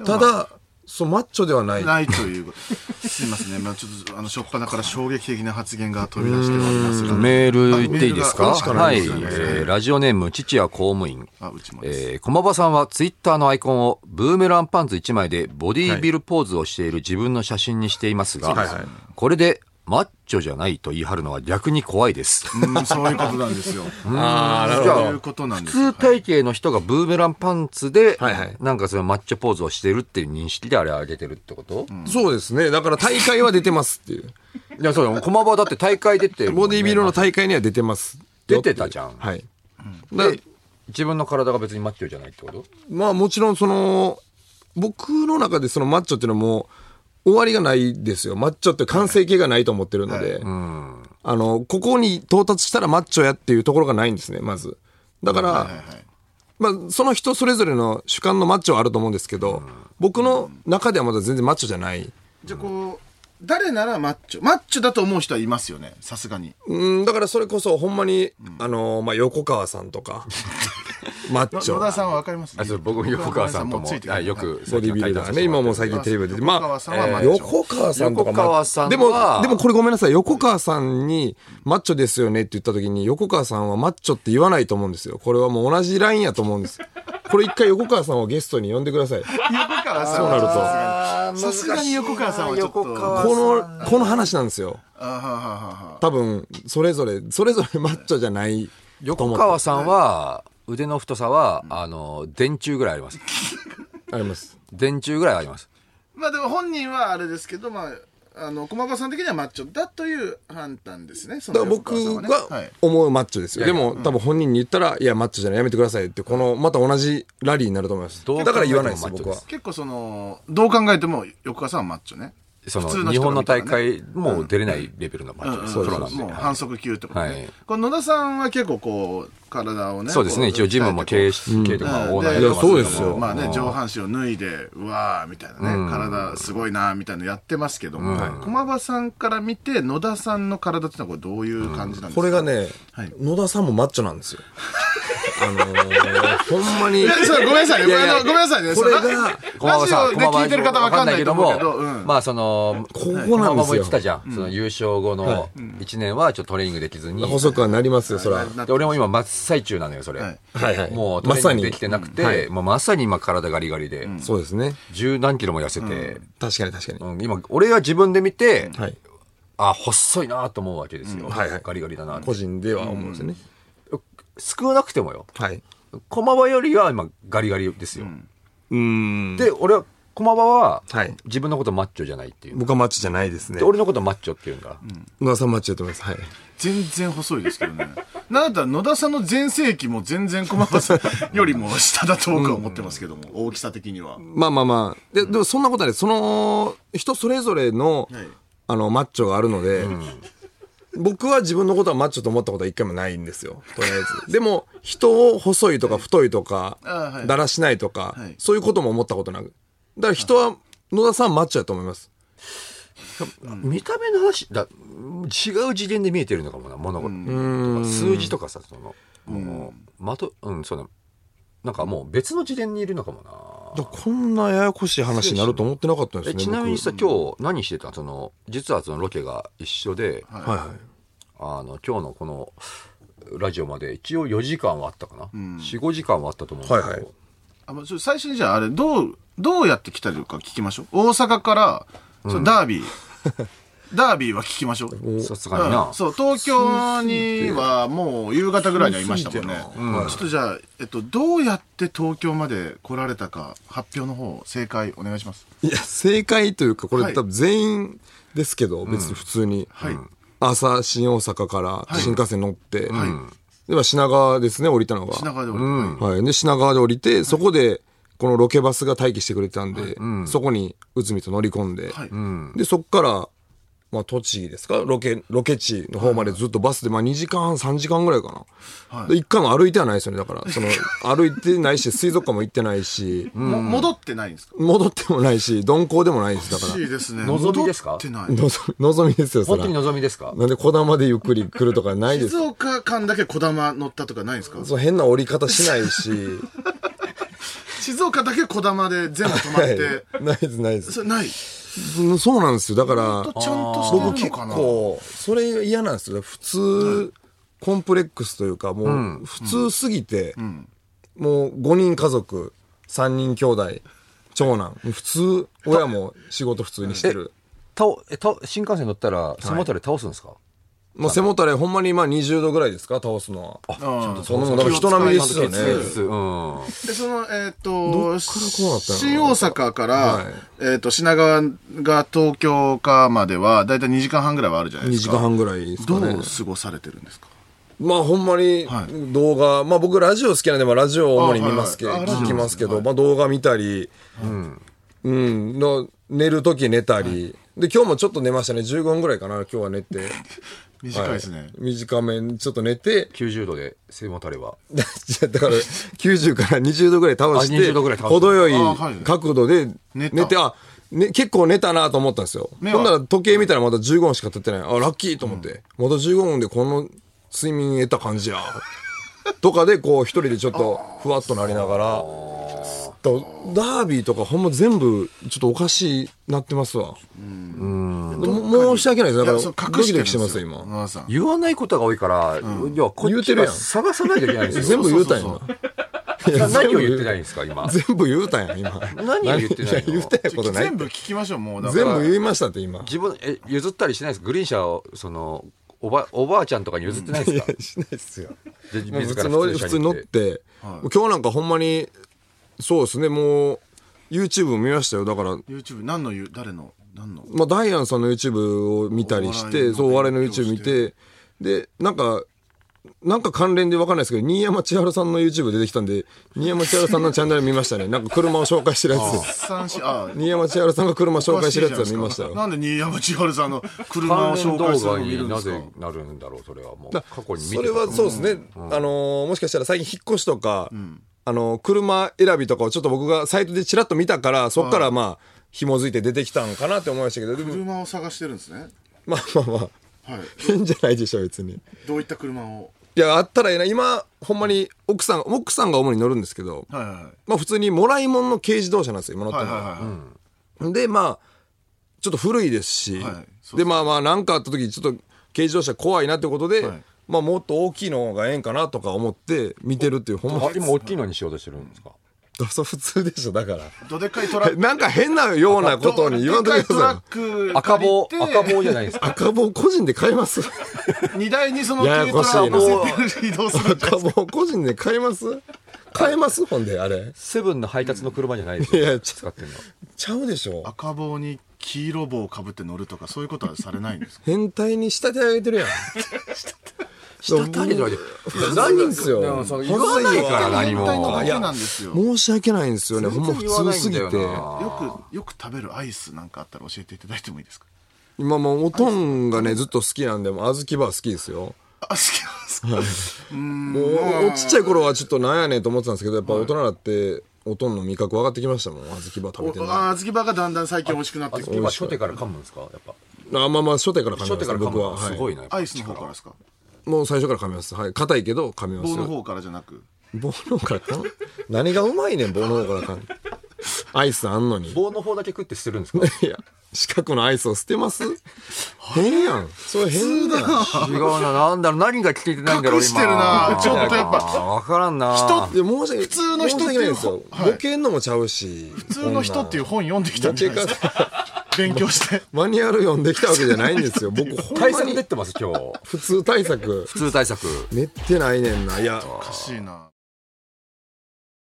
ただ、そう、マッチョではない。ないということ。すいませんね。まあちょっと、あの、初っ端から衝撃的な発言が飛び出しておりますあ。が。メール言っていいですあかメールがこれしかなはいい、ですえよねーラジオネーム、父は公務員。あ、うちもです。えー、駒場さんはツイッターのアイコンをブーメランパンツ1枚でボディービルポーズをしている自分の写真にしていますが、はいはいこれでマッチョじゃないと言い張るのは逆に怖いです。うん、そういうことなんですよ。あーそういうことなんです普通体型の人がブーメランパンツで、はいはいなんかそのマッチョポーズをしてるっていう認識であれ上げてるってこと、そうですね。だから大会は出てますっていう。いや、そうよ。駒場だって大会出てるもんね、ボディビルの大会には出てますよっていう。出てたじゃんはい。だから自分の体が別にマッチョじゃないってことまあもちろんその、僕の中でそのマッチョっていうのはもう終わりがないですよ。マッチョって完成形がないと思ってるので、あの、ここに到達したらマッチョやっていうところがないんですね、まず。だから、まあその人それぞれの主観のマッチョはあると思うんですけど、僕の中ではまだ全然マッチョじゃない。じゃあこう、誰ならマッチョ。マッチョだと思う人はいますよね。さすがに。うん、だからそれこそほんまに、あの、まあ横川さんとか、 マッ野チョ。田さんはわかりますあそう僕も横川さんとも横川さあんよくボディビルダーね、今もう最近テレビで出て、まあ、横川さんはマッチョ横川さんとかも横川さんはでも、でもこれごめんなさい、横川さんに、マッチョですよねって言った時に、横川さんはマッチョって言わないと思うんですよ。これはもう同じラインやと思うんです。これ一回横川さんをゲストに呼んでください。こ横川さんそうなるとはさすがにさすがに横川さんはちょっと。横川の、この話なんですよ。あはははは多分、それぞれ、それぞれマッチョじゃない。横川さんは、腕の太さは、あの、電柱ぐらいあります。あります。電柱ぐらいあります。まあでも本人はあれですけど、まあ、あの、駒場さん的にはマッチョだという判断ですね。そだかのら横僕川さんねはがい思うマッチョですよ。でも、多分本人に言ったら、いや、マッチョじゃない、やめてくださいって、この、また同じラリーになると思います。どう考えだてもから言わないです、マッチョで僕はす。結構その、どう考えても横川さんはマッチョね。その、普通の日人本がの見たら大ね会、もう出れないレベルのマッチョです。そうプそロうなんでもう反則級ってことね、はいこの野田さんは結構こう体をねそうですね、こ一応ジムも経営し、経営とかオーナーやってますけいどやそうですよまあね、上半身を脱いで、うわーみたいなね、体すごいなーみたいなのやってますけども、駒場さんから見て、野田さんの体ってのはこれどういう感じなんですか、これがね、はい野田さんもマッチョなんです よ。あのー、ほんまに。いやそうごめんなさいねややあのごめんなさいねこれが、その駒場さんラジオで聞いてる方わかんないけどもわかんなうんまあその、ここなんですよも言ってたじゃん。その優勝後の1年はちょっとトレーニングできずに。細くはなりますよ、そら。なで俺も今真っ最中なのよ、それ。はいはいはいもうトまレーさニンにグできてなくて、もうまさに今体ガリガリで、そうですね。十何キロも痩せて、確かに確かに。うん今、俺は自分で見て、はい。あ、細いなと思うわけですよ。はいはいガリガリだなって個人では思うんですよね。少なくてもよ。はい。駒場よりは今ガリガリですよ。うん。で、俺は、駒場ははい、自分のことマッチョじゃないっていう。僕はマッチョじゃないですねで、。俺のことマッチョって言うんだ。野田さんマッチョやってます。はい。全然細いですけどね。なんだったら野田さんの全盛期も全然駒場さんよりも下だと僕は思ってますけども、 大きさ的には。まあまあまあ。で、でもそんなことはない。その、人それぞれの、はいあの、マッチョがあるので、僕は自分のことはマッチョと思ったことは一回もないんですよ。とりあえず。でも、人を細いとか太いとか、あはいだらしないとか、はいそういうことも思ったことなく。だから人は、野田さんはマッチョだと思います。見た目の話だ違う次元で見えてるのかもな物事とか数字とかさそのもうまとうんそうだなんかもう別の次元にいるのかもなだからこんなややこしい話になると思ってなかったんですえね。ちなみに僕さ今日何してたその実はそのロケが一緒で、はいはい。あの今日のこのラジオまで一応4時間はあったかな、45時間はあったと思うんですけど、はいはいあまあちょ最初にじゃああれどうどうやって来たのか聞きましょう大阪から、そうダービー ダービーは聞きましょう、うんさすがにな、そう東京にはもう夕方ぐらいにはいましたもんね、うんちょっとじゃあ、えっと、どうやって東京まで来られたか発表の方正解お願いしますいや、正解というか、こはれい多分全員ですけど、別に普通に。はいうん朝、新大阪から新幹線乗って、いでは品川ですね、降りたのが。品川でおはい。で、品川で降りて、そこで、このロケバスが待機してくれてたんで、そこに内海と乗り込んで、はいで、そこから、まあ、栃木ですかロケ、ロケ地の方までずっとバスで、まあ、2時間半、3時間ぐらいかな。で、一回も歩いてはないですよね、だから。 その、歩いてないし、水族館も行ってないし、も戻ってないんですか戻ってもないし、鈍行でもないです、だ欲かしいですね望みですか戻ってないら。のぞ、望み ですよ、そ本当らに。望みですかなんで、小玉でゆっくり来るとかないです静。岡間だけ小玉乗ったとかないんですかそう変な折り方しな いし、静岡だけ小玉で全部止まってはいないです、ないです。それないちうんそうなんですよ。だから、ゃんと僕して結るのかな構それが嫌なんですよ普通コンプレックスというかもう普通すぎてもう5人家族3人兄弟長男普通親も仕事普通にしてるたおえたお新幹線乗ったら背もたれ倒すんですか、もう背もたれほんまに今20度ぐらいですか倒すのはうんそんなもんだから人並みですよちゃんとね決裂うんでそのえーっとこうなったの新大阪から、はいえーっと品川が東京かまではだいたい2時間半ぐらいはあるじゃない2です時か間半ぐらいですかどねう過ごされてるんですかまあほんまにはい動画、まあ僕ラジオ好きなんで、まあ、ラジオを主に見ますけど、あはいはいあ聞きますけど、ラジまあ動画見たり、うん、うん、の寝る時寝たり、で今日もちょっと寝ましたね、15分ぐらいかな、今日は寝 て。短いですね、はい短めにちょっと寝て、 90度で背もたれはじゃあ だから90から20度ぐらい倒しあ20て、度ぐらい倒す程よいあはい角度で寝寝たて、あ、ね、結構寝たなと思ったんですよ。目はほんなら時計見たらまだ15分しか経ってない。あ、ラッキーと思って。まだ15分でこの睡眠得た感じや。とかでこう一人でちょっとふわっとなりながら。だダービーとかほんま全部ちょっとおかしいなってますわ。も申し訳ないです。だいかやらそうド隠しキてるんでドキすしてよますよ、今。野田さん言わないことが多いから、いやこ言っうてちがるやん探さないといけないん です全よ部言うたんやな。い や何を言ってないんですか今 全部言うたんや今何を言ってないのや言うたやことない全部聞きましょうもうだから全部言いましたって今自分え譲ったりしないですかグリーン車をそのおばおばあちゃんとかに譲ってないですかしないです よで普自通らの普通普車通に乗って今日なんかほんまにそうですねもう YouTube 見ましたよだから YouTube 何の言う誰の何のまあダイアンさんの YouTube を見たりおし笑いてのそうお笑いの勉強 YouTube 見しててでなんかなんか関連で分かんないですけど新山千春さんの YouTube 出てきたんで新山千春さんのチャンネル見ましたねなんか車を紹介してるやつ三四あ新山千春さんが車紹介してるやつは見ましたよなんで新山千春さんの車関を連紹介す動る画の見るにんでなすかぜなるんだろうそれはもうだ過去に見てそれはそうですね、あのーもしかしたら最近引っ越しとか、あのー車選びとかをちょっと僕がサイトでちらっと見たからそっからまあ紐づいて出てきたんかなって思いましたけどでも車を探してるんですねまあまあまあはい変じゃないでしょ別にどういった車をいやあったらええな今ほんまに奥さん奥さんが主に乗るんですけど、はいはいはいまあ普通にもらい物の軽自動車なんですよ今乗ってはいるはのは、いはい、でまあちょっと古いですし、はいそうですでまあまあ何かあった時ちょっと軽自動車怖いなってことで、はいまあもっと大きいのがええんかなとか思って見てるっていうほんまあ今大きいのにしようとしてるんですかそう普通でしょだからどでかいトラック なんか変なようなことに言わんとできかいトラッさク赤棒借りて赤棒じゃないですか赤棒個人で買います 荷台にそのや軽トやこラしいなを乗せて移動する赤棒個人で買います買えますほんであれセブンの配達の車じゃないですいよやちょ使ってんのちゃうでしょ赤棒に黄色棒をかぶって乗るとかそういうことはされないんですか変態に仕立て上げて るやん下手にない何人ですよ言わないから何変態のもだけなんですよよ申し訳ないんですよねほんま普通すぎて全然言わないんだよくよく食べるアイスなんかあったら教えていただいてもいいですか今もうおとんがね、ずっと好きなんで、もう小豆バー好きですよ。あ好きですかもう、おちっちゃい頃はちょっとなんやねんと思ってたんですけど、やっぱ大人になって、おとんの味覚分かってきましたもん、小豆バー食べてるの。ああずきバーがだんだん最近美味しくなってきて今初手から噛むんですかやっぱまあまあ、初手から噛初みま手すかね、ら噛僕むは。のすごいはな、やっぱアイスの方からですかい。もう最初から噛みます。はい。硬いけど噛みます棒のよ。方からじゃなく棒の方から噛む何がうまいねん、棒の方から噛む。アイスあんのに。棒の方だけ食って捨てるんですか いや、四角のアイスを捨てます変やん。それ変だよ。違うななんだろう何が聞いてないんだろう隠してるな今ちょっとやっぱ分からんな人いや申し訳ない普通の人っていう申し訳ないですよ。はいボケんのもちゃうし。普通の人っていう本読んできたんじゃない ですか勉強してマニュアル読んできたわけじゃないんですよ。 僕、ほん対ま策出にてます今日普通対策。普通対策練ってないねんな。いや、おかしいな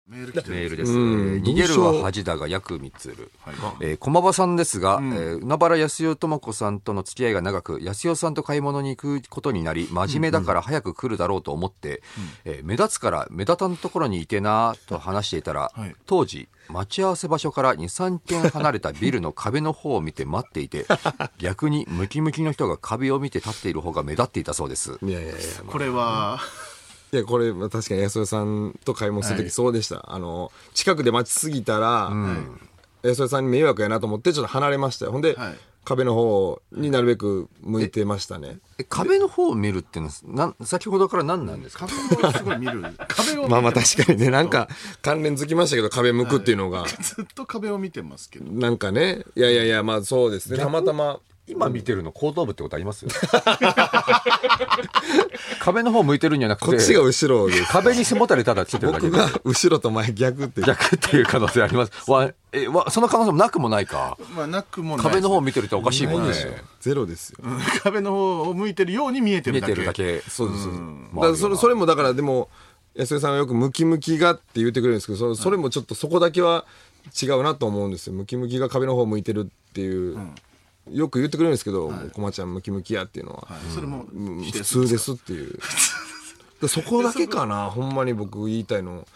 メール来てるメールです、うんえー逃げるは恥だが約三つる、はいえー駒場さんですが、えー海原康代智子さんとの付き合いが長く康代さんと買い物に行くことになり真面目だから早く来るだろうと思って、えー目立つから目立たんところにいてなと話していたら、はい当時待ち合わせ場所から23軒離れたビルの壁の方を見て待ってい て逆にムキムキの人が壁を見て立っている方が目立っていたそうですいやいやいや。これはいや、これ、まあ確かに安田さんと買い物するとはきいそうでした。あの、近くで待ちすぎたら、安田さんに迷惑やなと思って、ちょっと離れましたよ。ほんで、はい壁の方になるべく向いてましたね。え壁の方を見るってのはなん先ほどから何なんですか壁をすごい見る壁を見てまあまあ確かにね、なんか関連づきましたけど、壁向くっていうのが、ずっと壁を見てますけどなんかね、いやいやいや、まあそうですね、たまたま。今見てるの後頭部ってことあります 壁の方向いてるんじゃなくてこっちが後ろです。壁に背もたれただついてるだけ僕でが後ろと前逆っていう。逆 っていう可能性ありますわえわその可能性もなくもないかまあなくもない壁の方見てるとおかしいもんねゼロですよ。だ壁の方を向いてるように見えて見るえだてけるだけそうですからそれ、それもだからでも、安江さんはよくムキムキがって言ってくれるんですけど、そそれもちょっとそこだけは違うなと思うんですよ。ムキムキが壁の方向いてるっていう、よく言ってくれるんですけど、こまちゃんムキムキやっていうのは。それもうん否普定する通ですっていうでそこだけか なほんまに僕言いたいの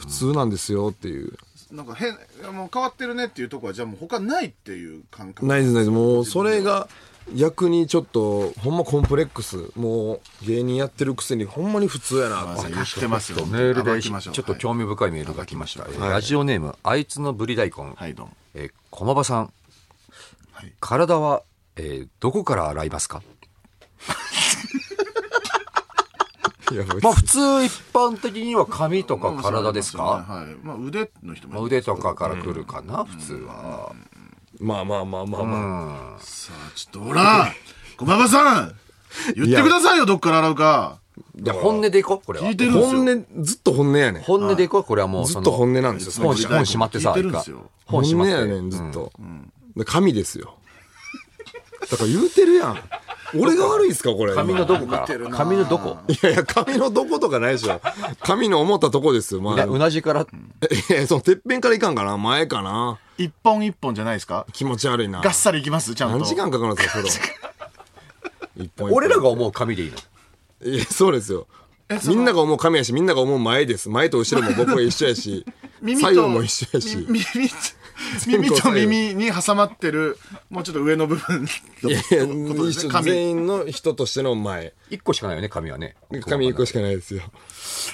普通なんですよっていうなんか変いやもう変わってるねっていうとこはじゃあもう他ないっていう感覚ないですないですもうそれが逆にちょっとほんまコンプレックスもう芸人やってるくせにほんまに普通やなって言ってますよメール暴できちましょうょっとはい興味深いメールが来ました、えーラジオネームあいつのぶり大根、はいどうもえー駒場さんはい体は、えーどこから洗いますかいや別まあに普通一般的には髪とか体ですか、はいまあ腕の人まあもいる腕とかから来るかな、普通は。まあまあまあまあまあ、さあちょっとほら駒場さん言ってくださいよどっから洗うかいや、本音でいこう、これは聞い。てるんです本よ音ずっと本音やねん本音でいこう、これはもうずそっの。と本音なんですよ本最し近本しまってさ、聞いてるんですよ一回本本しま音って。やねんずっと、で神ですよだから言うてるやん俺が悪いっすかこれ髪のどこか見てるらな髪のどこいやいや、髪のどことかないでしょ。髪の思ったとこですよ。まいあ、やいうなじから、やそのてっぺんからいかんかな前かな一本一本じゃないですか気持ち悪いな。ガッサリいきますちゃんと何時間かかるんですか、それ。一本一 本俺らが思う髪でいいの。いや、そうですよえ。そのみんなが思う髪やし、みんなが思う前です。前と後ろも僕は一緒やし、耳左右とも一緒やし。 み耳耳と耳に挟まってるもうちょっと上の部分いのやいや、一緒髪全員の人としての前。一個しかないよね、髪はね。髪一個しかないですよ。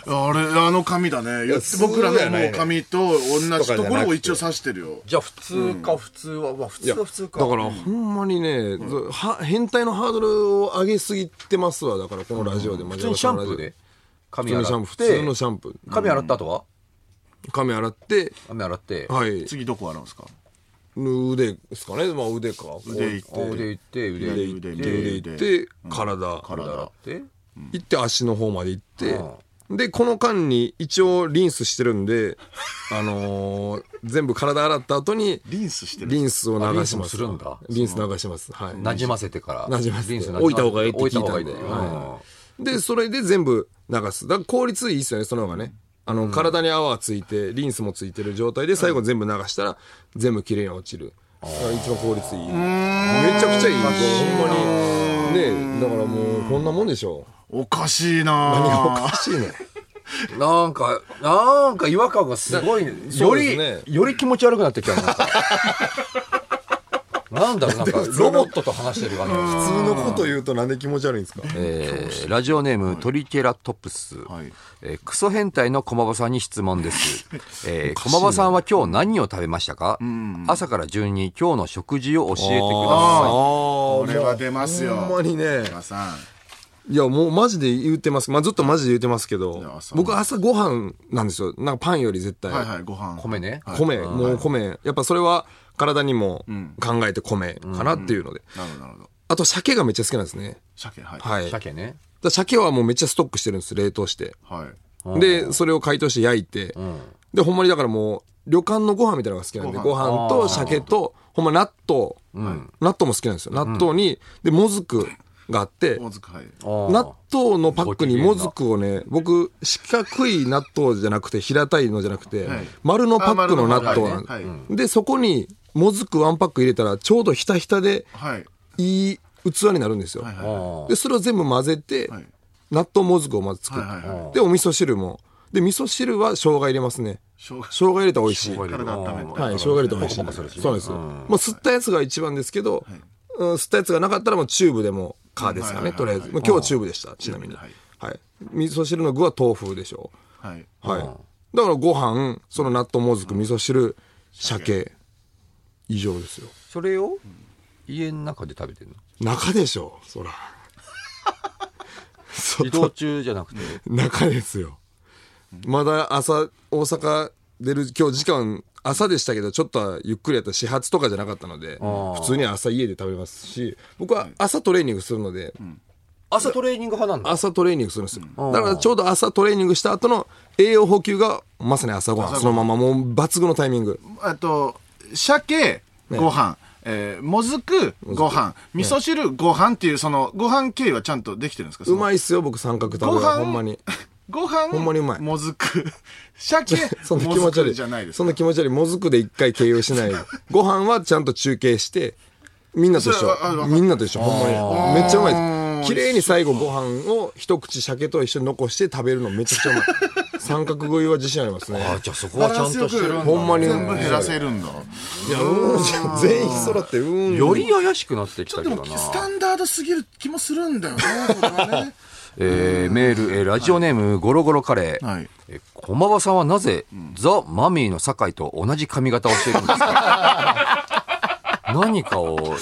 あれあの髪だね言って僕らそうやのないもうね髪と同とかじじゃとなくてころを一応刺してるよじゃあ普通か普通は、まあ普いや通は普通だか。からほんまにね、は変態のハードルを上げすぎてますわだからこのラジオで普普通にシャンプーで普髪通洗のっシて。ャンプー普通のシャンプー髪洗った後は髪洗って髪洗って。はい次どこ洗うんですか腕ですかねまあ腕か腕いっあ腕行って、腕腕行行っってて、腕行って体体洗って。行って足の方まで行ってでこの間に一応リンスしてるんであのー全部体洗った後にリンスしてるリンスをあリ流ンしスまもすするんだリンス流しますはいなじませてから。なじませてリンスな置いた方がいいって置いた方が聞いいいたんでうんでそれで全部流すだから効率いいですよねその方がねあの体に泡がついてリンスもついてる状態で最後全部流したら全部きれいに落ちるだから一番効率いいめちゃくちゃいいほんまにねだからもうこんなもんでしょおかしいなう何がおあかしいねなんか、なんか違和感がすごい、ね、そようでり、すね より気持ち悪くなってきた。なんかなんだろう、なんか、ロボットと話してるわね。 普通のこと言うとなんで気持ち悪いんですかえーラジオネーム、トリケラトプス、はいえークソ変態の駒場さんに質問 です、えー駒場さんは今日何を食べましたか、朝から順に今日の食事を教えてくあだーこれは出ますよほんまにね皆さんいやもうマジで言ってます、まあ、ずっとマジで言ってますけいやど朝僕朝ご飯なんですよなんかパンより絶対、はいはいご飯さい米ね、米、もう米やっぱそれは体にも考えて米かなっていうので、なるほどなるほどあと鮭がめっちゃ好きなんですね鮭はいはいだか鮭ねら鮭はもうめっちゃストックしてるんです冷凍してはいでそれを解凍して焼いて、でほんまにだからもう旅館のご飯みたいなのが好きなんでごご飯飯と鮭とほんま納豆、納豆も好きなんですよ納豆に、でもずくがあってもずくはい納豆のパックにごも機嫌なずくをね僕四角い納豆じゃなくて平たいのじゃなくて、はい丸のパックの納豆なあ丸のんパックねでそこにもずくワンパック入れたらちょうどひたひたではいいい器になるんですよ、はいはいあでそれを全部混ぜて、はい納豆もずくをまず作って、はいはいはでお味噌汁もで味噌汁は生姜入れますね生姜生姜入れたら美味しい生姜入れる体温めてはい生姜入れたら美味しいポカポカするしねそうなんですよ、まあ、吸ったやつが一番ですけど、うん、吸ったやつがなかったらもうチューブでもかですかはいねはいとはいりあはいえずまあ今日はチューブでしたちなみに、チューはブいで味噌汁の具は豆腐でしょはいはい、だからご飯その納豆もずく味噌汁鮭以上ですよそれを家の中で食べてるの中でしょ そら移外動中じゃなくて 中ですよまだ朝大阪出る今日時間朝でしたけどちょっとはゆっくりやった始発とかじゃなかったので普通に朝家で食べますし僕は朝トレーニングするので朝トレーニング派なんだ朝トレーニングするんですよだからちょうど朝トレーニングした後の栄養補給がまさに朝ごはんそのままもう抜群のタイミングあと鮭ご飯えーもずくご飯味噌汁ご飯っていうそのご飯経由はちゃんとできてるんですかそうのまいっすよ僕三角食べごは飯ほんまにご飯ほんまにうまいもずく 鮭そんな気持ちも悪ずくじゃないいですそんな気持ち悪いもずくで一回形容し ないご飯はちゃんと中継してみんなと一それああわか緒るみんなと一緒ほんまにめっちゃうまあいーです綺麗に最後ご飯を一口鮭と一緒に残して食べるのめちゃくちゃ うまい三角食いは自信ありますねあじゃあそこはちゃんとしてるんだほんまに全部減らせるんだいやうん 全員揃ってうんより怪しくなってきたけでどなもスタンダードすぎる気もするんだよ ね僕はねえーメール、えーラジオネーム、ゴロゴロカレー、はいえー駒場さんはなぜ、ザ・マミーの酒井と同じ髪型をしているんですか何かを表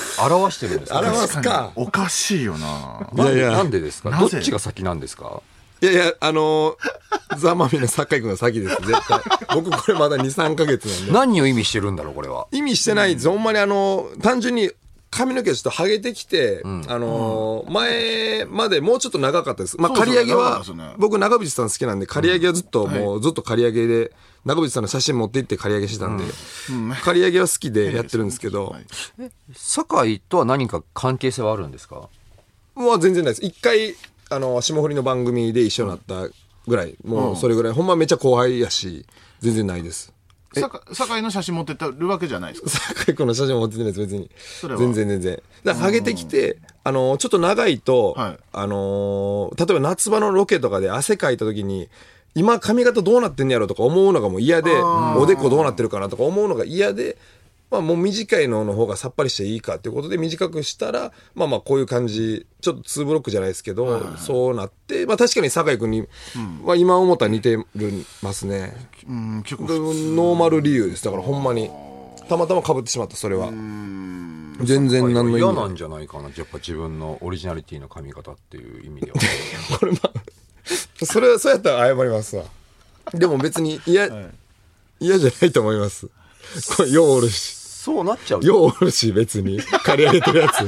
してるんですか、表ね、すかおかしいよなすなんいでやいやなんでですかなぜどっちが先なんですかいやいやあのーザ・マミィの酒井君が先です絶対僕これまだ23か月なんで何を意味してるんだろうこれは意味してないです、ほんまにあの単純に髪の毛ちょっとハゲてきて、あのー前までもうちょっと長かったです、まあ、そう刈そうり上げ長かはったですね僕長渕さん好きなんで刈り上げはずっともうずっと刈り上げで長渕さんの写真持って行って刈り上げしてたんで、刈り上げは好きでやってるんですけど、はい酒井とは何か関係性はあるんですかもう全然ないです一回あの霜降りの番組で一緒になったぐらいもうそれぐらい、ほんまめっちゃ後輩やし全然ないですさか酒井の写真持ってったるわけじゃないですか酒井君の写真持ってないです別にれは全然全然だからハゲてきて、あのーちょっと長いと、はいあのー例えば夏場のロケとかで汗かいた時に今髪型どうなってんねやろとか思うのがもう嫌でおでこどうなってるかなとか思うのが嫌で、まあ、もう短いのの方がさっぱりしていいかということで短くしたらまあまあこういう感じちょっと2ブロックじゃないですけど、そうなって、まあ、確かに酒井君に、は今思ったら似てるますね。うん結構これノーマル理由ですだからほんまにたまたま被ってしまったそれは全然何の意嫌味もなないんじゃないかなやっぱ自分のオリジナリティの髪型っていう意味ではこれまあ それはそうやったら謝りますわでも別に嫌嫌じゃないと思いますこれようおるしそうなっちゃうようおるし別に借り上げてるやつ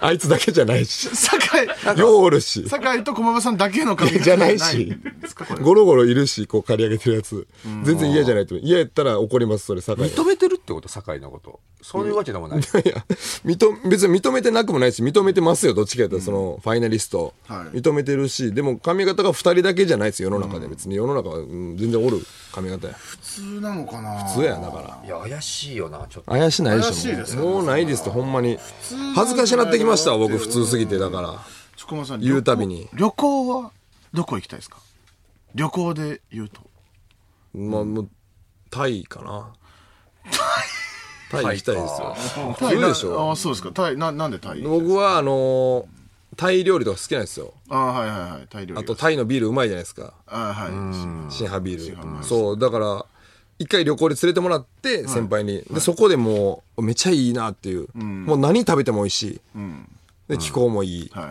あいつだけじゃないし酒井ようおるし酒井と駒場さんだけの関係じゃないしですかこれゴロゴロいるしこう借り上げてるやつ全然嫌じゃないと思う嫌やったら怒りますそれ酒井は認めてるってこと酒井のことそういうわけでもない、いや、認め別に認めてなくもないし、認めてますよ、どっちかやったら、その、ファイナリスト、はい認めてるし、でも髪型が2人だけじゃないですよ、世の中で。別に世の中は、うん全然おる髪型や。普通なのかな普通や、だから。いや怪しいよなちょっと怪しないでしょ。怪しいですよもうもうないですって、ほんまに。恥ずかしなってきましたわ、僕、普通すぎて、だから。駒場さん言うたびに旅行旅行はどこ行きたいですか旅行で言うとまあ、もう、タイかな。タイ行きたいですよ。タイ強いなでしょ。あそうですかタイななんでタイ僕は、あのータイ料理とか好きなんですよ。あはいはいはいタイ料理あと、タイのビールうまいじゃないですか。あはいシンハビハビーール。そう、だから、一回旅行で連れてもらって、先輩に。で、そこでもう、めっちゃいいなっていう。もう何食べても美味しい。で、気候もいい。はいは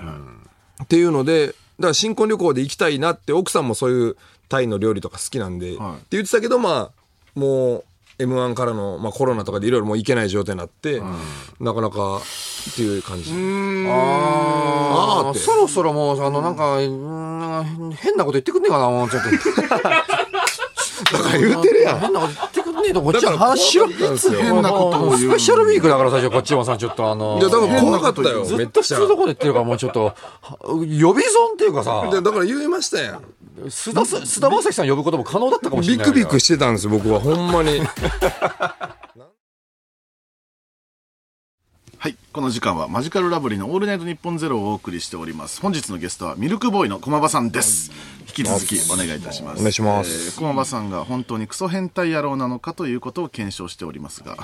いっていうので、だから新婚旅行で行きたいなって、奥さんもそういうタイの料理とか好きなんで、はいって言ってたけど、まあ、もう、M1 からの、まあ、コロナとかでいろいろもう行けない状態になって、なかなかっていう感あじ。あーあってそろそろもう、あの、なんか、うーんなんか変なこと言ってくんねえかな、もうちょっと。だから 言うてるやん。変なこと言ってくんねえと、こっちはだから話しろ。怖かったんですよ変なことを言うスペシャルウィークだから最初、こっちもさん、ちょっとあの、いや、だから怖かったよ、ずめっっと普通ちゃ。のこと言ってるから、もうちょっと、は予備損っていうかさ、でだから言いましたやん。須田さん、須田正樹さん呼ぶことも可能だったかもしれビないクよ。ビクしてたんですよ、僕は、ほん まに。はい。この時間はマジカルラブリーのオールナイトニッポンゼロをお送りしております。本日のゲストはミルクボーイの駒場さんです。引き続きお願いいたします。お願いしますえー駒場さんが本当にクソ変態野郎なのかということを検証しておりますが、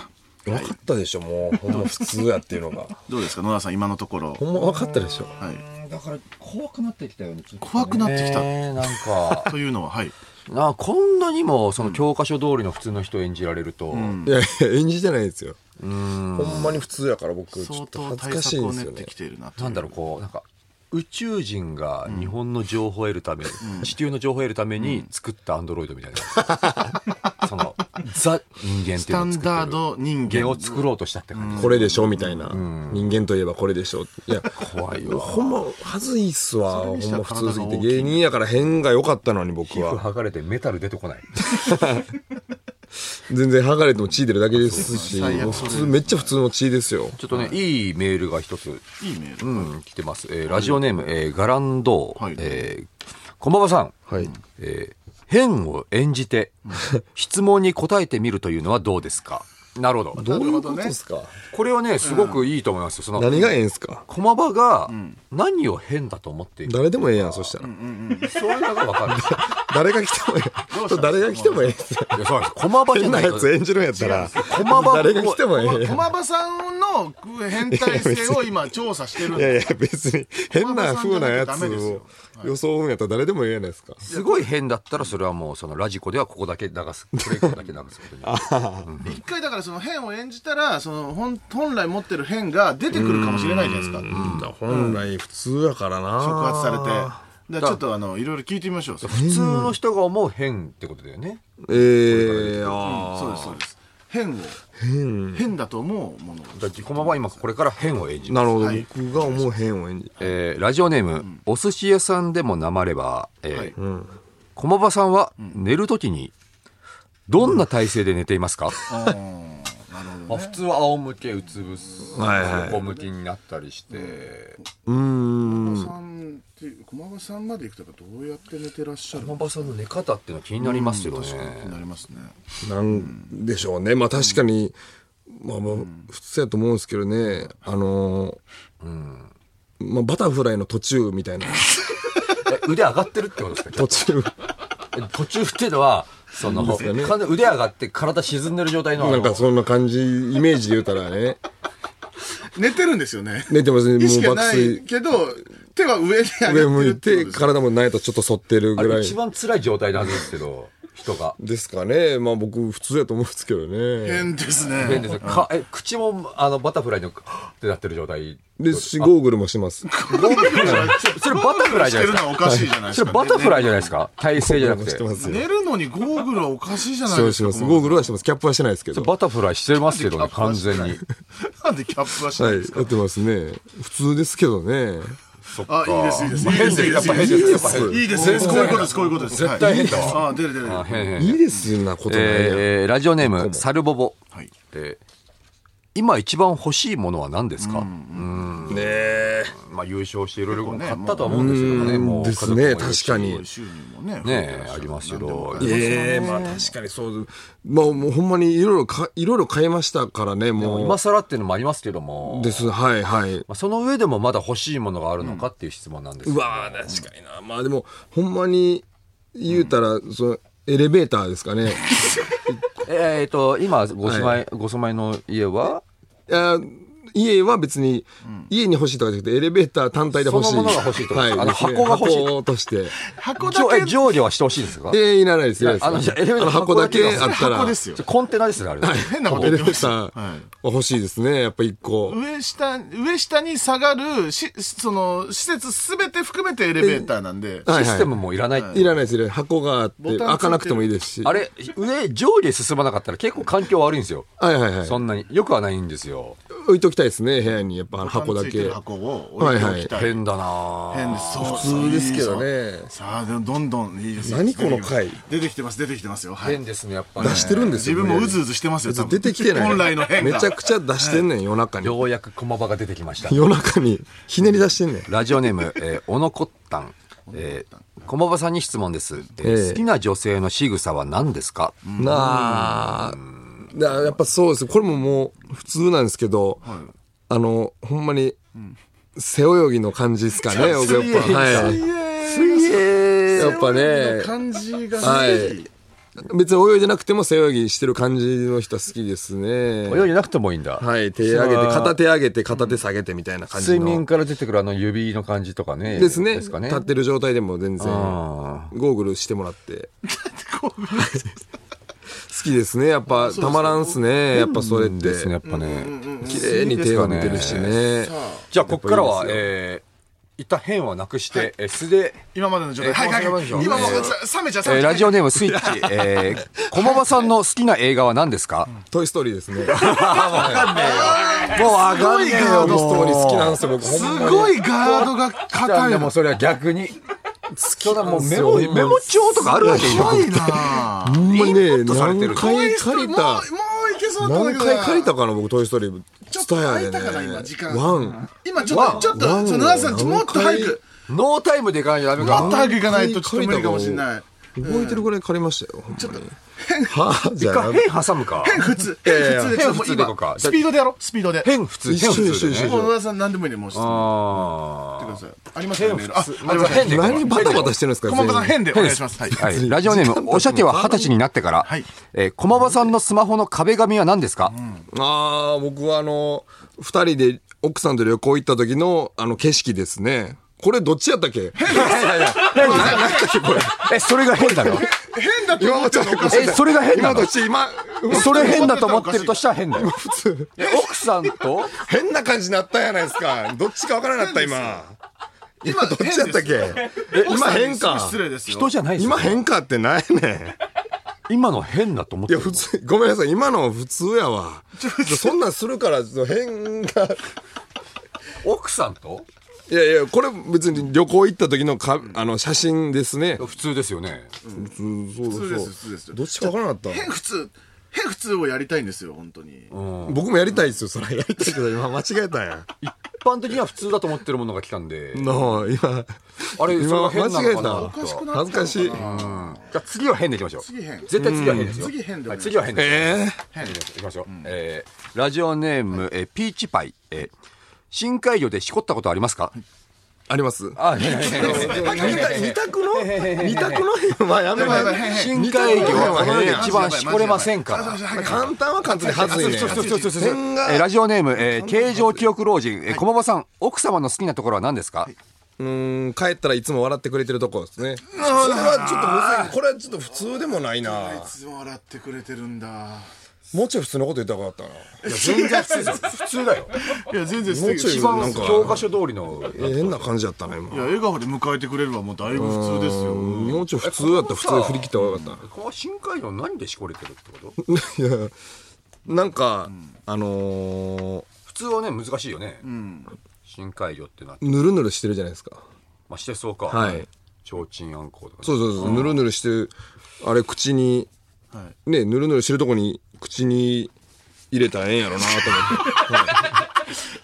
分かったでしょ、もう。ほんま普通やっていうの が。どうですか野田さん、今のところ。ほんま分かったでしょ。はい。だから怖くなってきたよね、怖くなってきたえーなんか。というのは、はい。なあこんなにもその教科書通りの普通の人を演じられると、いやいや、演じてないですよ。ほんまに普通やから、僕、ちょ相っと当恥ず対かしい策んを練ですっよねて。きているなと。なんだろうこうなんか宇宙人が日本の情報を得るため、地球の情報を得るために作ったアンドロイドみたいな、 そのザ人間っスていうタのを作ってるンダード人人間間。を作ろうとしたって感じ、これでしょみたいな、人間といえばこれでしょいや怖いわほんまはずいっすわほれんにしてまは普通すぎ体てが大きい芸人やから変が良かったのに僕皮膚は剥がれてメタル出てこない全然剥がれても血出るだけですしそう最悪もう普そ通れめっちゃ普通の血ですよちょっとね、い、いメールが一つ、いいメール。うん、来てます、えーラジオネーム、えーガランドー、はいえー、駒場さんはいえー変を演じて、質問に答えてみるというのはどうですかなるほど。どうるいほうどこねとですかこれはね、すごくいいと思いますよ。その、何がええんすか駒場が何を変だと思っている誰でもええやんそしたらそういうのがわかる。誰が来てもえどうえした誰が来てもええっすよいや、そうなんです。駒場じゃ変なないとやつ演じるんやったら駒場誰が来てもええやん駒場さんの変態性を今調査してるんいやいでや別に変な風なやつダメですよを装うんやったら誰でもええやないですかすごい変だったら、それはもう、そのラジコではここだけ流す。これここだけ流す ことに。一回だからその変を演じたらその本本来持ってる変が出てくるかもしれないじゃないですか本来普通やからな触発されてだからちょっとあのいろいろ聞いてみましょうそう普通の人が思う変ってことだよね。ええああですそうです変を変だと思うものだって駒場は今これから変を演じるなるほど、はい僕が思う変を演じえーラジオネーム、お寿司屋さんでもなまれば、えー駒場さんは寝るときに、どんな体勢で寝ていますか、あーなるほどまあ、普通は仰向け、うつぶす、はいはい横向きになったりして、うーん駒場さんっていう駒場さんまで行くとかどうやって寝てらっしゃる駒の場さんの寝方っていうのは気になりますよね。確かになりますねなんでしょうねまあ確かに、まあまあ普通やと思うんですけどねあのーまあ、バタフライの途中みたいなえ腕上がってるってことですか途中え途中っていうのは、その、すかね完全に腕上がって体沈んでる状態の、なんかそんな感じイメージで言うたら ね寝てるんですよね寝てますね意も識がう爆ない睡けど手は上に上上がっ向てるっいてことてです体もないとちょっと反ってるあぐられい一番辛い状態なんですけど、人が。ですかねまあ僕普通やと思うんですけどね変です変ねですよかえ口もあのバタフライのってなってる状態ですしゴーグルもしますそれバタフライじしゃてるのないではすかおかしいじゃないですそかれバタフライじゃないです か体勢じゃなくてしてますよ寝るのにゴーグルはおかしいじゃないしまですすしかますゴーグルはしてますキャップはしてないですけどバタフライしてますけどね完全に なんでキャップはしなはいいんですか、やってますね普通ですけどねあ、いいです、いいです。まあいいです、いいです。変ですやっぱ変ですいいです。いいですこういうことです、こういうことです。絶対変だわ。あ、出る出る出る。あ変変いいですなことないやん、えーラジオネームサルボボ、はい。えー今一番欲しいものは何ですかうんねえまあ優勝していろいろ買ったとは思うんですけどねもうで家族すもいるしね確かに収入もね。ねえありますけどええまあ確かにそうまあもうほんまにいろいろかいろいろ変えましたからねもう今更っていうのもありますけどもですはいはいまあその上でもまだ欲しいものがあるのかっていう質問なんですけうどわー確かになまあでもほんまに言うたら、そのエレベーターですかね一えっと、今、ご住まい、ご住まいの家は、あ家は別に、家に欲しいとかじゃなくて、エレベーター単体で欲しい。そのものが欲しいってことはい。あの箱が欲しい箱として。箱だ上えけ上下はしてほしいんですかえーいらないです。いらないですあのじゃあエレベーターあの箱だけあ箱っだたら、箱でエすよちょコンテナですね、あれ。変なことレ言ベってーましたターは欲しいですね。やっぱ一個。上下、上下に下がる、し、その、施設すべて含めてエレベーターなんで、はいはいシステムもいらない。いらないです。いらない箱があって、ボタンついてる開かなくてもいいですし。あれ、上、上下進まなかったら結構環境悪いんですよ。はいはいはいそ。んなに。よくはないんですよ。置いときたいですね、部屋に。やっぱあの箱だついてける。箱を置いておきたい。変だなぁ変です。そう普通ですけどねそうさあ、でもどんどんいいですよ何この回出てきてます、出てきてますよ。はい。変ですね、やっぱり。出してるんです自よ。分もう無理ずうずしてますよ、多やり分出てきてない。本来の変が。めちゃくちゃ出してんねん、夜中に。ようやく駒場が出てきました。夜中に、ひねり出してんねん。ラジオネーム、えー、おのこったん。えー、駒場さんに質問です。えーええ好きな女性の仕草は何ですか、なあ、だからやっぱそうですこれももう普通なんですけど、あのほんまに背泳ぎの感じですかね僕やっぱはい水泳やっぱね感じがはい別に泳いでなくても背泳ぎしてる感じの人は好きですね泳いでなくてもいいんだ。はい手上げて片手上げて片手下げてみたいな感じ水面のから出てくるあの指の感じとかね。ですねですかね。立ってる状態でも全然あゴーグルしてもら って好きですねやっぱたまらんっすねやっぱそれっーてですね、やっぱね。綺麗に手は出てるしねじゃあ、こっからは、やっぱいいえー、一旦変はなくして、えー素で、今までの状態。えはいはいはい。こ今うもうこうこうさ冷めちゃうえ冷めちゃーうラジオネームスイッ チ、えー、駒場さんの好きな映画は何ですかトイ・ストーリーですねもう上がんねえガよードストーリー好きなんですすよ、僕。すほんまにごいガードが硬いでな。もそれは逆に。そんなもうメそモ、うなんですよメモ帳とかあるわけよ。怖いなほんまにね、トされてる何回借りたもう、もういけそうだったんだ何けど回な借りたかな、僕、トイ・ストーリー。ちょっツとタヤ空でいねたから今時間ワン。今ちょっと、ちょっワンと、ちょっと、奈良さん、ちょもっと早何く、ノータイムでいかないとダメもっとか。早く行かないとちょっと無理かもしれない。覚えてるぐらい借りましたよ、ほんまに。はぁ、じ一 ゃあ回、変挟むか。普通、いやい変や普通で、ちょっともう変普通でいこうか今、スピードでやろう、スピードで。変普通、一緒変普通一緒で一ね。もう野田さん何でもいいね、もう質問あしてください。ありますよね、メールあ、ありあ。ました。で何バタバタしてるんですか、駒場さん、全変員でお願いします。はい。はい、ラジオネーム、おしゃけは二十歳になってから、はいえー駒場さんのスマホの壁紙は何ですか、あー、僕はあの、二人で奥さんと旅行行った時の、あの、景色ですね。これどっちやったっ けえ、それが変だろ。変だと今思もっちてょるっとおかしいえ、それが変今だどろっ。ち今、それ変だと思ってるとしたら変だよ。普通。奥さんと変な感じになったやないですか。どっちかわからなかった、今。今どっちやったっけ今変か。失礼ですよ。人じゃないですよ今変化ってないねん。今の変だと思っいてや、る普。通、ごめんなさい。今の普通やわ。そんなんするから、その変が。奥さんといやいや、これ別に旅行行った時のか、あの、写真ですね。普通ですよね。普通、そ通うそでうす普通でそすう。どっちかわからなかっ変普通、変普通をやりたいんですよ、本当に。た。僕もやりたいですよ、それやりたいけど、今間違えたんや。一般的には普通だと思ってるものが来たんで。の、今。あれ、今それが変なのか間違なえおかしくなっ恥ずかしい。じゃあ次は変でいきましょう。次変絶対次は変ですよ。うん次変でおは願いい次は変です。え変でいきましょう。えーラジオネーム、えーピーチパイ。えー深海魚でしこったことありますかーあります。あ、ねえねえねえねえ 二択の二択の変はやめやばいやばいない。変変深海魚はこの世でマ一番ジやばいしこれませんから。マジやばい簡単は簡単ではずいね。そうそうそうそうそう変がえーラジオネーム、えー形状記憶老人、えー、駒場さん、奥様の好きなところは何ですか、うーん帰ったらいつも笑ってくれてるとこですねそれはちょっとむずいこれはちょっと普通でもないなあいつも笑ってくれてるんだ。もうちょい普通のこと言ったらよかったないや、全然普通ですよ。普通だよ。 いや、全然もうちょい一なん番か教科書通りの。え変な感じやったな今いや、笑顔で迎えてくれればもうだいぶ普通ですよ。もうちょい普通だったら普通に振り切った方がよかっこの深海魚何でしこれてるってことたいやなんかあのー普通はね、難しいよね。深海魚ってな、ぬるぬるしてるじゃないですかまあ、してそうか。はい。ちょうちんあんこうとかね、そうそうそうぬるぬるしてるあれ口にはねぬるぬるしてるとこに口に入れたらええんやろなと思っ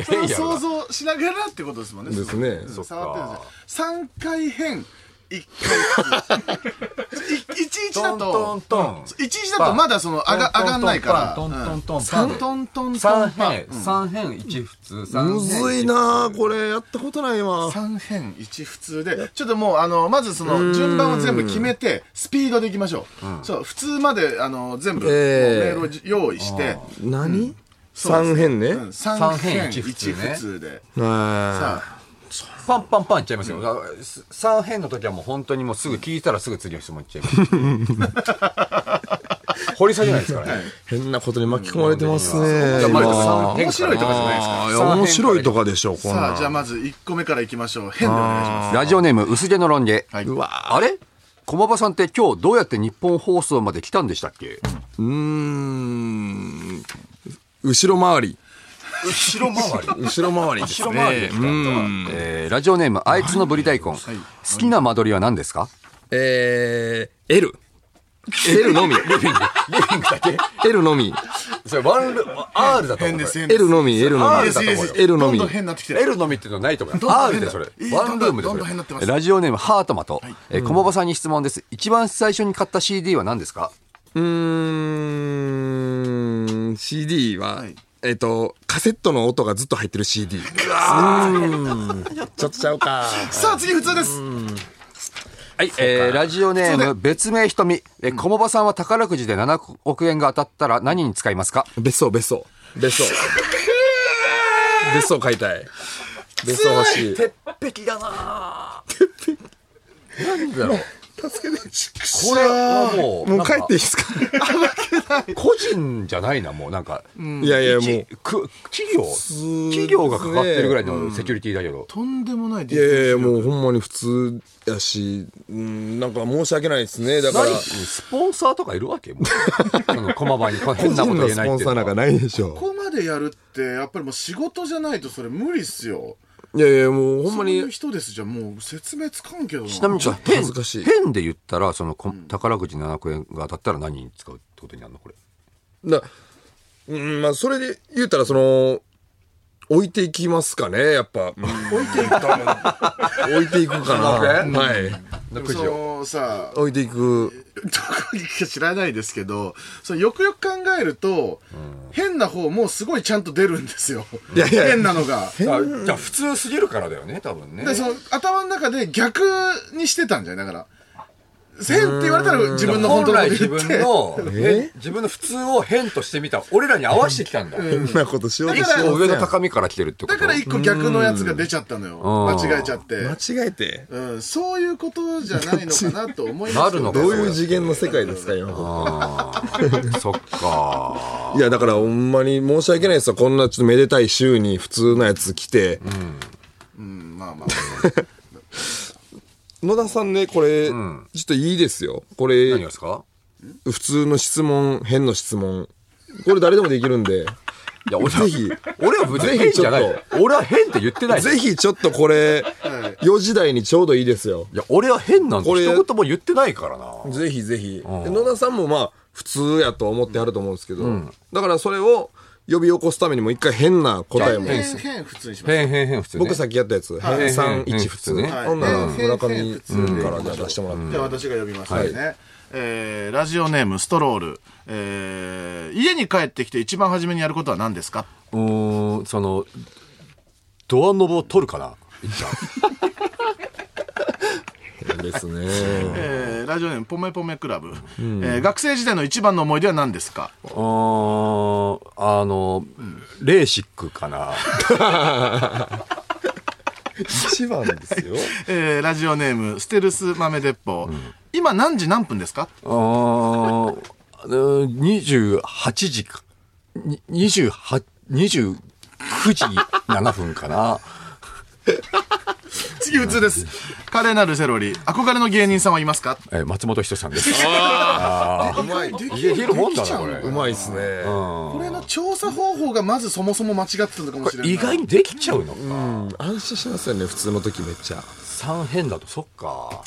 てい。それを想像しながらってことですもんね。ですねうん触ってるんですよ。3回変、一回い一日だトンとトントン一日だとまだその上が上がんないからトントントンうんパン三トントント三ンパン辺三辺一普通三辺む ずいなあこれやったことないわ三辺一普通でちょっともうあのまずその順番を全部決めてスピードでいきましょう、そう普通まであの全部もうメええールをじ用意して、何そう三変ねうん三辺一普通,、三辺一普通ねではさあパンパンパンいっちゃいますよ、だからす三辺の時はもう本当にもうすぐ聞いたらすぐ次の質問いっちゃいます掘り下げないですからねい変なことに巻き込まれてますねじゃあまず今面三辺白いとかじゃないですあかーいや面白いとかでしょこんさなあんじゃあまず1個目からいきましょう変でお願いしますラジオネーム薄毛のロン毛、はいうわあれ駒場さんって今日どうやって日本放送まで来たんでしたっけうーん後ろ回り後ろ回り後ろ回りですね後ろ回りですか、えーラジオネームあいつのぶり大根、好きな間取りは何ですかえー L L のみ L のみそれワンル R だと変思うです変です L のみ L のいいみですいいです L のみどんどん変になってきてる L のみっていうのはないと思いまどすんどん R でそれ変だワンルームでどんどんそ変になってまれすラジオネームハートマト、えー、駒場さんに質問です一番最初に買った CD は何ですかうーん CD は、はいえっ、とカセットの音がずっと入ってる CD うーんちょっとちゃうかさあ次普通ですはい、えーラジオネーム別名瞳、えー、駒場さんは宝くじで7億円が当たったら何に使いますか別荘別荘別 荘別荘買いたい別荘欲しい壁だなこれはももう帰ってなんかいいですか個人じゃないなもうなんか、いやいやもうちく企業通企業が関わってるぐらいのセキュリティだけど、とんでもないデいやいやいやうもうほんまに普通やしうんなんか申し訳ないですねだから何スポンサーとかいるわけもう その駒場にこの変なこと人言のえスないポっンていサーうなのんかはないでしょここまでやるってやっぱりもう仕事じゃないとそれ無理っすよいやいやもうほんまそういうに人ですじゃもう説明つかんけどなちなみにちょっと恥ずかしい変変で言ったらそのこ宝くじ7億円が当たったら何に使うってことになるのこれだうんまあそれで言うたらその置いていきますかねやっぱ置いていくか置いていくかな。うんはい。もそのさ置いていく。どこに行くか知らないですけどそのよくよく考えると、変な方もすごいちゃんと出るんですよいやいや変なのがじゃあ普通すぎるからだよね多分ねでその頭の中で逆にしてたんじゃないだから変って言われたら自分の本当のこと言ってのえ自分の普通を変としてみた俺らに合わせてきたんだ、そんなことしようとだしからて上のま高みから来てるってことだから一個逆のやつが出ちゃったのようん間違えちゃって、せん。間違えて。うん、そういうことじゃないのかなと思いますなけるどのかどういう次元の世界ですか、今の。そっかいや、だからほんまに申し訳ないですよ。こんなちょっとめでたい週に普通のやつ来て。うんまあまあ野田さんね、これ、ちょっといいですよ。これ何が、ですか普通の質問、変の質問。これ誰でもできるんで。いや俺ぜひ俺は別にぜ変ひちじょゃっとない俺は変って言ってないいぜひちょっとこれ、4時台にちょうどいいですよ。や俺は変なんてこれ一言も言ってないからなぜひぜひ。野田さんもまあ、普通やと思ってはると思うんですけど、だからそれを呼び起こすためにも一回変な答えも。変変普通にします変変変普通、ね、僕さっきやったやつ、い3、うん1普通うんね。ほんならはい村上うんからじゃあ出してもらって。じゃあ私が呼びますね、えーラジオネームストロール、えー家に帰ってきて一番初めにやることは何ですかうーんそのドアノブを取るかな一旦ですね。えーラジオネームポメポメクラブ、えー学生時代の一番の思い出は何ですかうーんあのレーシックかな一番ですよ。えーラジオネームステルス豆鉄砲、今何時何分ですかあーあの28時か、に28 29時7分かな。 次普通です華麗なるセロリ憧れの芸人さんはいますかえー松本人志さんです。うまいでいや、るもんだな、これ。うまいっすね。これの調査方法がまずそもそも間違ってたのかもしれない意外にできちゃうのうか。ん、安心しますよね、普通の時めっちゃ。 3変だと、そっか。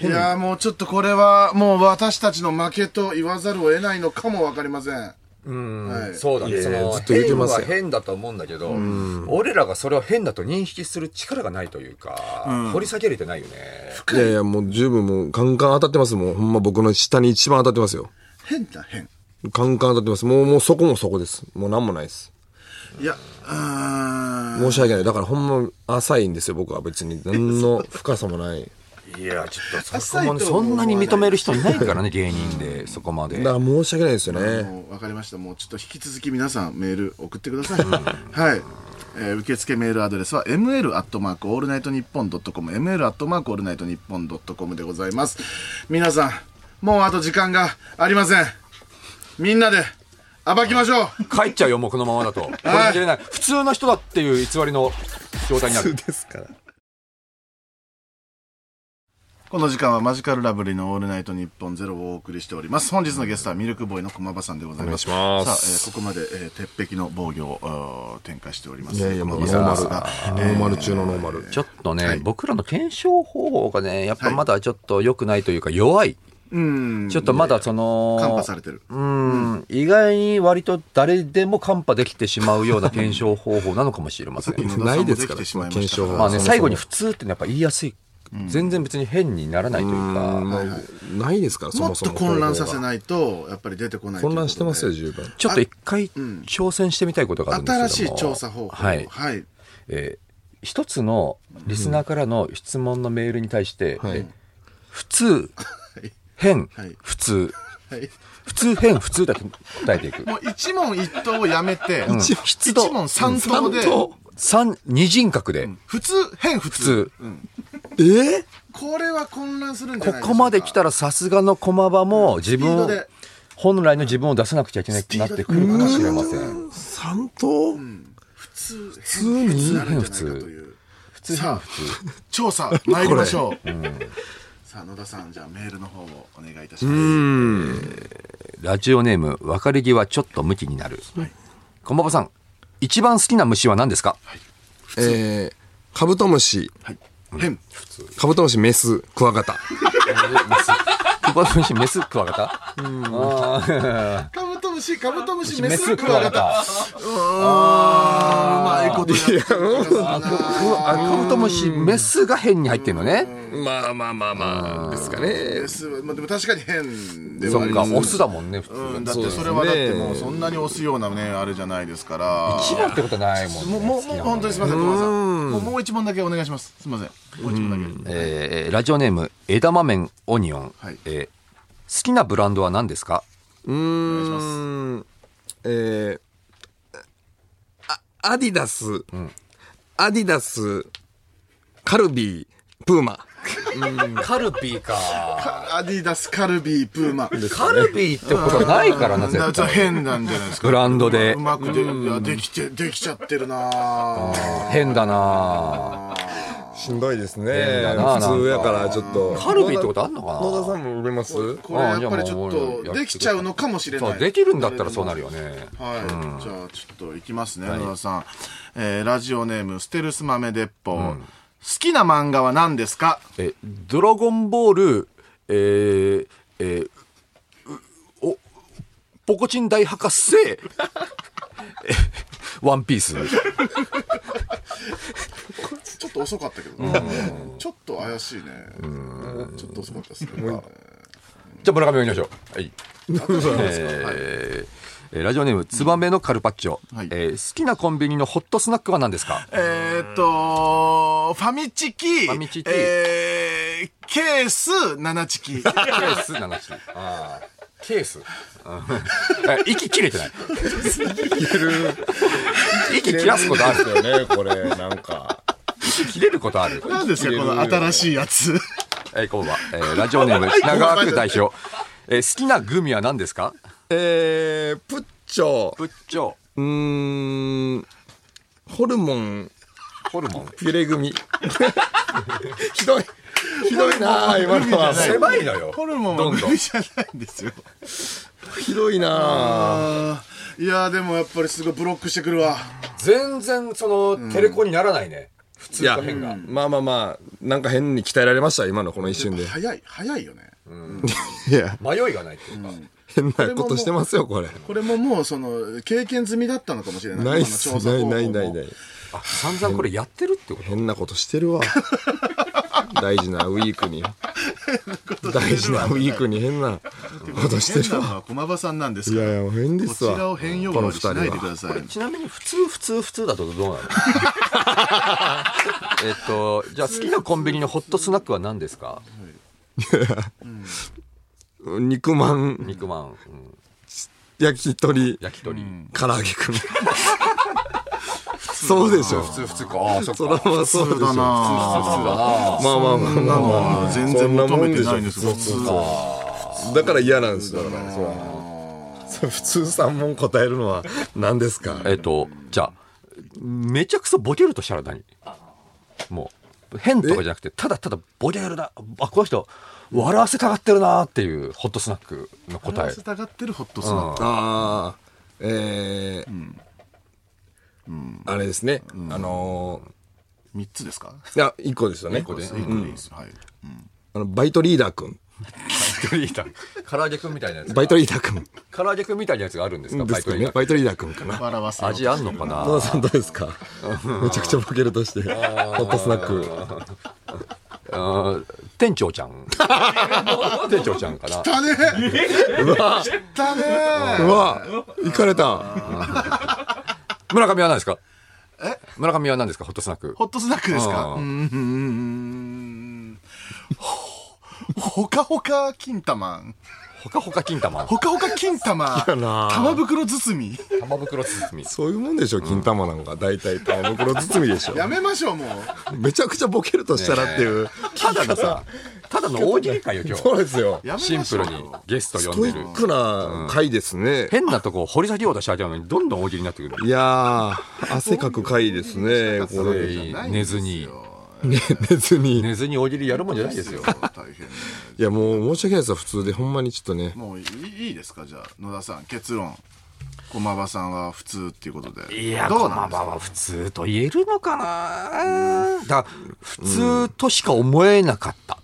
いやーもうちょっとこれはもう私たちの負けと言わざるを得ないのかもわかりませんうん、はいそうだいね。やそのずっと言って変ますはよ変だと思うんだけど、俺らがそれを変だと認識する力がないというか、掘り下げれてないよね。いやいや、もう十分もう、カンカン当たってますもん。ほんま僕の下に一番当たってますよ。変だ変カンカン当たってます。もう、もうそこもそこです。もうなんもないです。いやあ申し訳ない。だからほんま浅いんですよ、僕は別に。何の深さもない。いや、ちょっとそ浅こいとは思もね、そわないんなに認める人いないからね、芸人で、そこまで。だから申し訳ないですよーね。もうわかりましたもうちょっと引き続き皆さんメール送ってくださいはい、えー受付メールアドレスは ml アットマークオールナイトニッポンドットコム ml アットマークオールナイトニッポンドットコムでございます皆さんもうあと時間がありませんみんなで暴きましょう帰っちゃうよ、もうこのままだと。これじゃ出れない。普通の人だっていう偽りの状態になる。ですから。この時間はマジカルラブリーのオールナイトニッポンゼロをお送りしております。本日のゲストはミルクボーイの駒場さんでございます。お願いしますさあ、えーここまで、えー鉄壁の防御をあー展開しております。いやいや、もうノ駒場ーさんマですル。がノーマル中のノーマル。ちょっとね、はい僕らの検証方法がね、やっぱはいまだちょっと良くないというか、弱い。うん。ちょっとまだその、カンパされてる。うん、意外に割と誰でもカンパできてしまうような検証方法なのかもしれません。野田さんもないですかでらきてしまいました検証から法まあね、そもそも最後に普通ってのはやっぱ言いやすい。全然別に変にならないというか、うんないですから、そももっそとも。混乱させないと、やっぱり出てこないということで。混乱してますよ、十分。ちょっと一回挑戦してみたいことがあるんですけども新。しい調査方法。はい。はい。えー一つのリスナーからの質問のメールに対して、はいえー普通、変はい、普通、はい普通、変、普通だと答えて いく。もう一問一答をやめて、一湿度問三答で、三、二人格で、普通、変普普通。通。えこれは混乱するんじゃこないでしょうかこまで来たらさすがの駒場も自分スをピードで、本来の自分を出さなくちゃいけなくなってくるかもしれません。三頭普通、普通になるんじゃないかという。普通、さあ変、普通。調査参りましょう、 さあ野田さんじゃあメールの方をお願いいたしますラジオネーム、別れ際ちょっとムキになる。こんばんはさん、一番好きな虫は何ですか えー、カブトムシ、はい変カブトムシメス、クワガタ。クワムシ、メス、クワガタあーカブトムシカブトムシメメスス、ククワワガガタタ。あーうまいことやってるあカブトムシ、メスが変に入ってるのね。まあまあまあまあ、ですかねメ。スはまあでも確かに変ではそあっりか、まオすスだもんね、普通。うんだっそうてですそねれはだってもうそんなに押すようなねあれじゃないですから一番ってことないもんね。もうもうもう本当にすみませんごめんなさいもうもう一問だけお願いしますすみませんもう一問だけえーラジオネーム枝豆麺オニオン、はいえー好きなブランドは何ですかうーん。えー、あアディダス、アディダス、カルビー、プーマ。カルビーかアディダスカルビープーマカルビーってことないからなだ絶から対変なんじゃないですかブランドでうまくでいやできてできちゃってるなぁ変だなしんどいですね。だな普通やから、ちょっと。カルビーってことあんのかな野田さんも売れますこれやっぱりちょっとできちゃうのかもしれそなういできるんだったらそうなるよねはい、じゃあちょっといきますね野田さん、えーラジオネームステルス豆鉄砲、好きな漫画は何ですかえドラゴンボールえー、えーうおポコチン大博士 えワンピースちょっと遅かったけどね、ちょっと怪しいね、ちょっと遅かったですね、じゃあ村上を見ましょう。はい。 はいえーラジオネーム、ツバメのカルパッチョ、はいえー好きなコンビニのホットスナックは何ですかえーっとファミチキファミチキえーケース七チ キケース7種類。あーケース。あー息切れてない。息切らすことある。よね、これ、なんか。切れることある。何ですかこの新しいやつえー、こんばんは。えーラジオネーム、品川区代表。えー好きなグミは何ですか えー、プッチョ、プッチョ、うーん、ホルモン、ホルモン。ピュレ組。 ひどい。ひどいなあ今 のは。狭いのよ。ホルモンはど無んどん理。じゃないんですよひどいなああーいやーでもやっぱりすごいブロックしてくるわ全然、その、テレコにならないね。普い通や、と変が。まあまあまあ、なんか 変に鍛えられました、今のこの一瞬で。早い早いよねいや、迷いがないっていうか、変なことしてますよ、これ。これももうその経験済みだったのかもしれないないっ今のす調。査な方い法もないないない。あ、散々これやってるってこと変なことして るわ。大事なウィークに。大事なウィークに変なことして変るなわ。のは駒場さんなんですいからやいや、変でこすちわ。らを変容語にしこのな二いで人くは。ださいちなみに普通普通普通だとどう なのえっとじゃあ好きなコンビニのホットスナックは何ですか肉まん、肉まん、うん焼き鳥、焼き鳥、唐揚げくん。 そうでしょ。普通かああそっそれはそうでしょ。だまあなだなまあまあまあまあまあ。全然求めてそないんんでもんすよ普通だから嫌なんですよ。だから、そうそれ普通3問答えるのは何ですかえっとじゃあめちゃくそボケるとしたら何もう変とかじゃなくてただただボケるなあこの人笑わせたがってるなーっていうホットスナックの答答ええたがってるホットスナックああ、えーあれですね。あの三つですかーいや、1個ですよね。個で一個でいいですはいあの、バイトリーダーくん。 唐揚げくんみたいなやつバイトリーダーくん。唐揚げくんみたいなやつがあるんですかでバイすトかリーねダ。ーバイトリーダーくんかな。笑わせようと味あんのかな野田さんどうですかめちゃくちゃボケるとして。ホットスナック。あー店長ちゃ ん店長ちゃんかなだねうわだねうわ行かれた。村上は何ですか村上は何ですかホットスナックホットスナックですかあーうーんほほかほか金玉ほかほか金玉ほかほか金玉やな玉袋包み玉袋包みそういうもんでしょ、金玉なんか。大体、玉袋包みでしょ。やめましょうもうめちゃくちゃボケるとしたらっていう。ただのさただの大喜利会よ今 そうですよ。やめま日しシょうンプルにゲストス呼んトイでるックな回ですね。変なとこ掘り下げようとしちゃうのにどんどん大喜利になってくるいやー、汗かく回ですね、こそれ。れじゃないんですよ寝ずにね別に。寝ずに大喜利やるもんじゃないですよ大変ねいや、もう申し訳ないですよ、普通で。ほんまにちょっとね。もういいいいですかじゃあ野田さん結論駒場さんは普通っていうことでいやどどううなんなですかは普通と言えるのかなだから普通としか思えなかった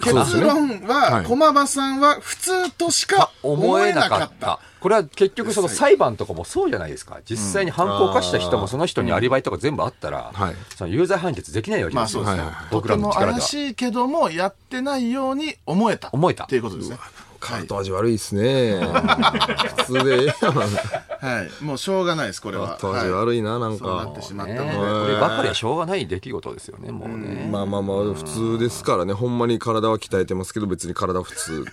結論ははい駒場さんは普通としか思思ええななかかっったた。これは結局その裁判とかもそうじゃないですか。実際に犯行を犯した人もその人にアリバイとか全部あったら、はいその有罪判決できないわけまであすそよ。うですねはいはいと僕てらのも力で怪は。しいけどもやってないように思えた思えたっていうことですねカート味悪いで すね。普通でええやん。はいもうしょうがないですこれはカート味悪いな、なんそうなっかて。しまったねので、こればかりはしょうがない出来事ですよね、もうね。まあまあまあ、普通ですからね。ほんまに体は鍛えてますけど、別に体は普 通。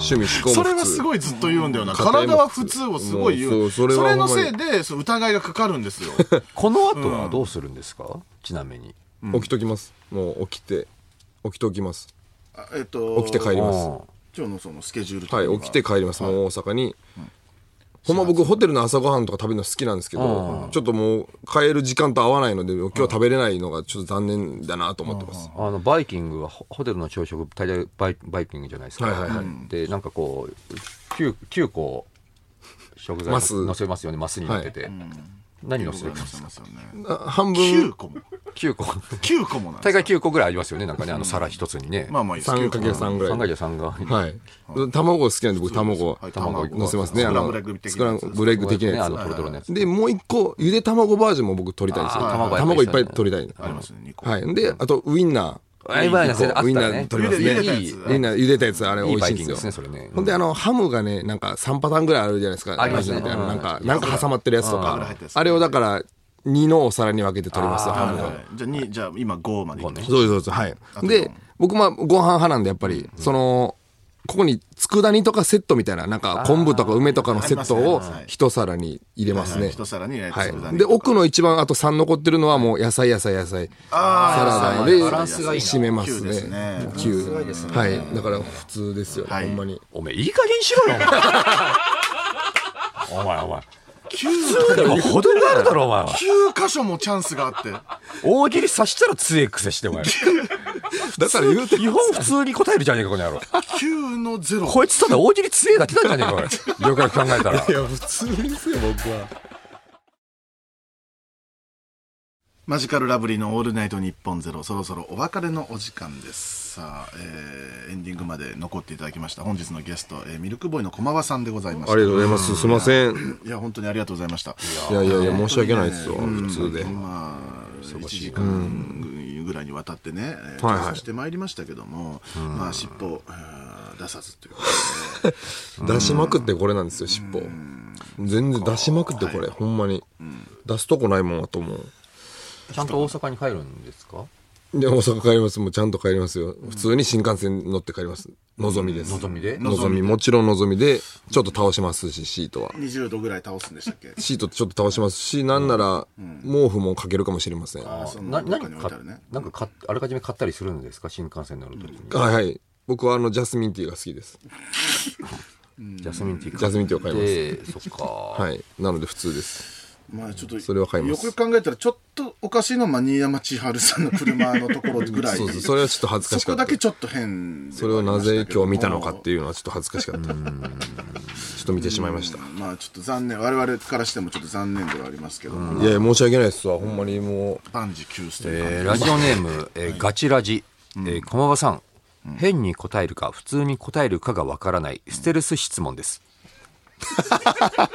趣味思考も普通。それはすごいずっと言うんだよな体は普通をすごい言うもうそそうそれはれほんまのにせいでそう疑いがかかるん ですよこの後はどうするんですかちなみに。起きときます。もう起きて、起きときます。あえっと起きて帰りますうん今日のそのスケジュールとかはい、起きて帰ります、もう大阪に。ほんま僕、ホテルの朝ごはんとか食べるの好きなんですけど、ちょっともう、帰る時間と合わないので、今日は食べれないのがちょっと残念だなと思ってます。あのバイキングはホホテルの朝食大体バイバイキングじゃないですか、はいはいはいでなんかこう 9, 9個食材マをス載せますよねマスになってて、何載せるんですかますよね あ半9分、個も9個9個もなんで すか大概9個ぐらいありますよねなんかねあの皿一つにね、まあまあいいです3かけ9 3ぐら3い。がじゃ3が、はい。卵好きなんで、僕、卵はい、卵卵乗せますね。あスクランのブルエッグ的なやつ、ですスクランブルエッグ的なねあやのトロトロのやつつ。で、もう一個、ゆで卵バージョンも僕取りたいんですよ。あー卵卵いいっっぱぱいい取りたいありまの。すね2個、はい。で、あと、ウインナー。あウインナー一あっ個たねウインナー取りますゆでねた。やつウインナー茹でたやつあれい美い味バしいイんキでングすよ。ですねそれねほんであのハムがねなんか3パターンぐらいあるじゃないですか。ありますねみたいなうんなんかなんか挟まってるやつと油か入ってるや。つあれをだから2のお皿に分けて取りますよハはいムはが。いじゃあにじゃあ今5までいきましょそうですそうですはいあ。とで僕まあご飯派なんでやっぱりその。ここに佃煮とかセットみたいな、なんか昆布とか梅とかのセットありまをすね一皿に入れますうね。一皿に焼いた佃煮とかはい。で、奥の一番あと3残ってるのはもう野菜野菜野菜。サラあダあでサラダ締めます九ですねね。九はい。だから普通ですよ。ほはいんまに。おめえいい加減にしろよ お前お前お前9でも程があるだろお前は箇所もチャンスがあって大喜利さしたら強い癖してお前 だから言うて基本普通に答えるじゃねえかこの野郎9の0こいつただ大喜利強えだけなんじゃねえかおいよくよく考えたらいや、普通ですよ、僕は。マジカルラブリーの「オールナイトニッポンゼロそろそろお別れのお時間ですさあ、えーエンディングまで残っていただきました本日のゲスト、えーミルクボーイの駒場さんでございましたありがとうございます。すいません。いや本当にありがとうございましたいやいやいや、申し訳ないですよ。普通で。まあ、1時間ぐらいにわたってね、えーはいはい調査してまいりましたけども、まあ、尻尾をあー出さずということで、出しまくってこれなんですよ、尻尾。全然出しまくってこれ、ほんまに。出すとこないもんだと思う。ちゃんと大阪に帰るんですかで、大阪帰ります。もうちゃんと帰りますよ。普通に新幹線乗って帰ります。のぞみです。望みでのぞみ、もちろんのぞみで、ちょっと倒しますし、シートは。 20度ぐらい倒すんでしたっ けシートちょっと倒しますし、なんなら、毛布もかけるかもしれません。はあそのな中に置何いてかあるねなんか買っあらかじめ買ったりするんですか新幹線乗るときにいはい。僕はあの、ジャスミンティーが好きです。ジャスミンティー買ってジャスミンティーを買いますそっかはい。なので普通です。まあちょっとそれは買いますよくよく考えたらちょっとおかしいのはマニー山千春さんの車のところぐらいそうそう。それはちょっと恥ずかしそかこっだたけ。ちょっと変それをなぜ今日見たのかっていういうのはちょっと恥ずかしかった。ちょっと見てしまいました。まあちょっと残念我々からしてもちょっと残念ではありますけども、いやいや、申し訳ないですわ。ほんまにも万事休すという感じえでーラジオネーム、えーガチラジ、えー駒場さん、変に答えるか普通に答えるかがわからないステルス質問です、う。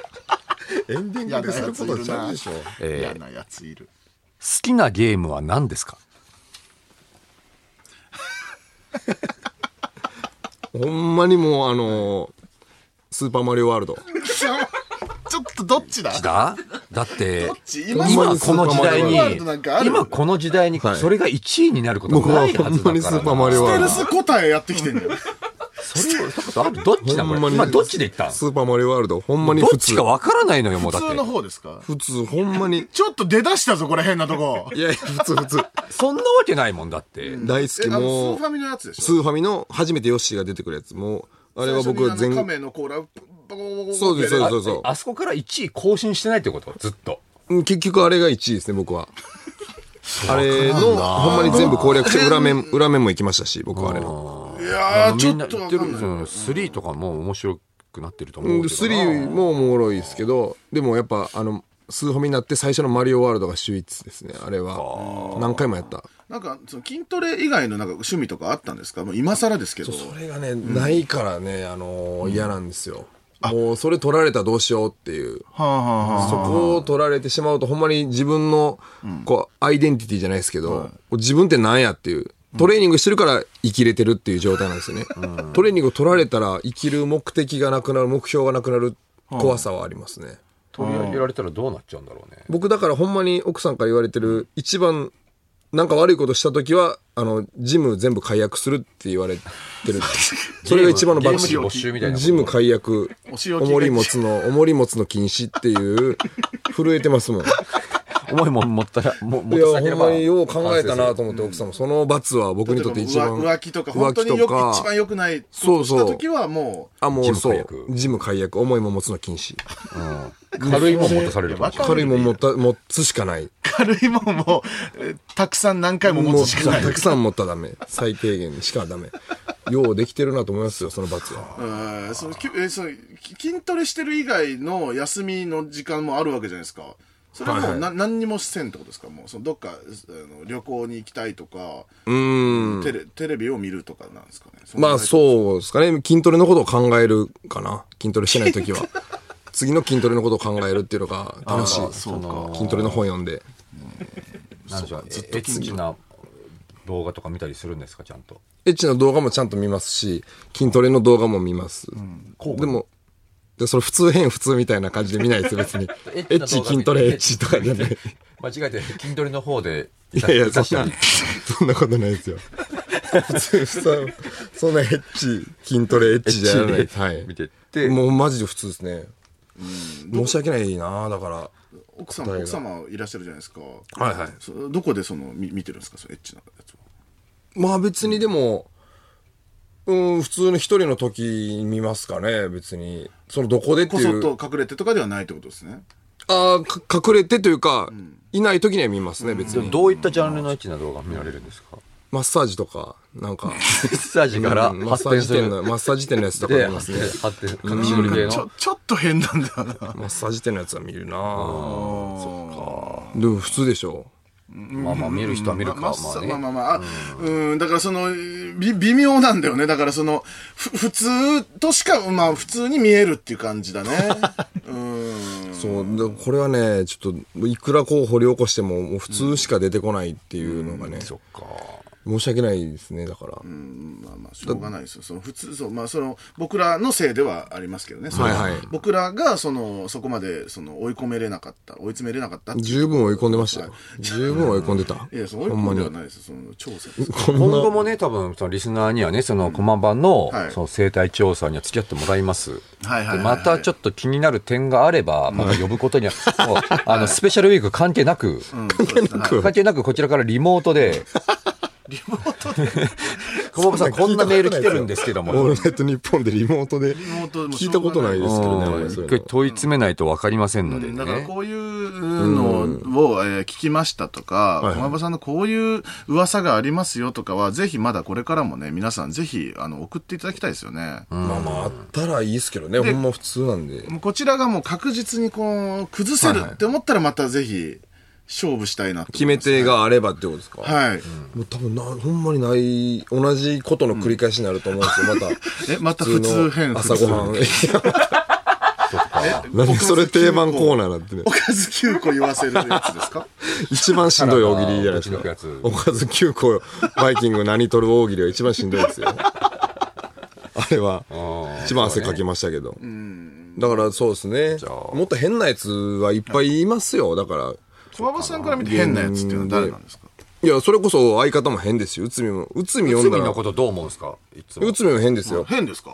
エンディングですることちゃうでしょ。え嫌なやついるー好きなゲームは何ですかほんまにもう、あのー、スーパーマリオワールド。ちょっとどっちだだだってち今の今この時代スーパーマリにオワールドなんかある今この時代にはいそれが1位になるこもとうほないはんずだからまなにスーパーマリオスワーテルルド。ス答えやってきてんじゃんそれをあどっちだこほれんまに今どっちで言ったのスーパーマリオワールド。ほんまにど普っち通か。わからないのよもうだっ普通のて方ですか普通、ほんまに。ちょっと出だしたぞこれ変なと こいやいや、普通、普通。そんなわけないもんだって大好えき。あのもうスーフ、ァミのやつでしスょーファミの初めてヨッシーが出てくるやつ。もう、あれは僕は最初にあの全、亀の甲羅をボコボコボコボコそうです、そうです、あそうですそうであそこから1位更新してないってことずっとす。うん結局あれが1位ですね、僕は。あれの、ほんまに全部攻略して、裏面、裏面も行きましたし、僕はあれの。いやーちみんょなっと言わってかるんない3とかも面白くなってると思う、うんけどな3もおもろいですけどでもやっぱあの数歩目になって最初の「マリオワールド」が秀逸ですねあれは何回もやったなんかその筋トレ以外のなんか趣味とかあったんですかもう今更ですけどそれがね、ないからね、あのー嫌なんですよもうそれ取られたらどうしようっていうはあはあはあそこを取られてしまうとほんまに自分のこうアイデンティティじゃないですけど、自分ってなんやっていうトレーニングしてるから生きれてるっていう状態なんですよね、トレーニングを取られたら生きる目的がなくなる目標がなくなる怖さはありますね、取り上げられたらどうなっちゃうんだろうね僕だからほんまに奥さんから言われてる一番なんか悪いことした時はあのジム全部解約するって言われてるそれが一番のゲーバムチに没収みたいなことジム解約お仕置き重り持つの重り持つの禁止っていう震えてますもんい思いも持ったらも持やたなけれほんばまによう考えたなと思って奥さんもその罰は僕にとって一番浮気とか本当によく浮気一とか番良くないことそうそうした時はもあもうそジム解う約ジム解約重いもん持つの禁止軽いもん持たされるかもしれない軽いもん持った持つしかないう軽いもんをえーたくさん何回も持もうつしかないたくさん持ったらダメ最低限しかダメようできてるなと思いますよその罰はうんそうきゅえーそうき筋トレしてる以外の休みの時間もあるわけじゃないですかそれはもう、はいはない何にもせんってことですかもうそのどっかあの旅行に行きたいとか、うんテレテレビを見るとかなんですかねまあうそうですかね。筋トレのことを考えるかな。筋トレしてない 時は。次の筋トレのことを考えるっていうのが楽しあい。そうか筋トレの本読んで。なんでしょうずっとエッチな動画とか見たりするんですかちゃんとエッチの動画もちゃんと見ますし、筋トレの動画も見ます。でも、でそれ普通変普通みたいな感じで見ないですよ、別に。 エエッチッな動画見てチ筋トレエッチとかじゃない。間違えて筋トレの方 でいやいや、出しそんたなり、そんなことないですよ。普通、普通、そんなエッチ、筋トレエッチじゃない。はい。見てってもうマジで普通ですね。申し訳ないなだから。奥様答えが奥様いらっしゃるじゃないですかはいはいそどこでそのみ見てるんですかそのエッチなやつはまあ別にでも、うん、普通の一人の時見ますかね、別に。そのどこでってこい。そうっと隠れてとかではないってことですねああ、か隠れてというか、いない時には見ますね、別に。どういったジャンルのエッチな動画見られるんですかマッサージとか、なん か。マッサージからうんマッ発サー展ジする店の、マッサージ店のやつとか見でます ね。発展隠し撮り系ちょのちょっと変なんだよなマッサージ店のやつは見るなそっか。でも普通でしょ。まあまあ見る人は見るか、まあまあね、まあまあまああうん、だからその、び微妙なんだよね。だからその、ふ普通としか、まあ普通に見えるっていう感じだね。うん。そうでこれはねちょっといくらこう掘り起こしてももう普通しか出てこないっていうのがね、そっか申し訳ないですねだから、まあまあ、しょうがないですよ。その普通、そう、まあその、僕らのせいではありますけどね。それはいはい僕らが、その、そこまで、その、追い込めれなかった、追い詰めれなかったっていう十分追い込んでましたよ十分 追い込んでたいや、その追いほん込まみでにはないです。その、調査。 こん今後なもね多分そのリスナーにはねその駒場の,、はいその生態調査には付き合ってもらいます、はいはいはいはいでまたちょっと気になる点があればまた呼ぶことには、もうあのスペシャルウィーク関係なく、関係な関係なくこちらからリモートでリモートで。 駒場さんこんなメール来てるんですけどオもールナイト日本でリモートでモートでもし聞ょいうたがないことないですけどねうん俺そ一ういう回の問い詰めないと分かりませんのでだからねこういうのを、えー聞きましたとか、はい駒場さんのこういう噂がありますよとかは、ぜひまだこれからもね、皆さんぜひあの送っていただきたいですよね。まあまああったらいいですけどねほんま普通なんでもうこちらがもう確実にこう、崩せるって思ったらまたぜひ勝負したいなと決め手があればってことですかはい。もう多分なほんまにない同じことの繰り返しになると思うんですよまたえ、また普通編の朝ごはん普通なんでそれ定番コーナーなんてねおかず9個言わせるやつ ですか一番しんどい大喜利じゃないですぶち抜くかやつおかず9個バイキング何取る大喜利は一番しんどいですよあれは一番汗かきましたけどだからそうですねゃあもっと変なやつはいっぱいいますよだから駒場さんから見て変なやつっていうのは誰なんですかいやそれこそ相方も変ですよ内海も内海呼んだ罪のらことどう思うんですかいつも内海も変ですよ変ですか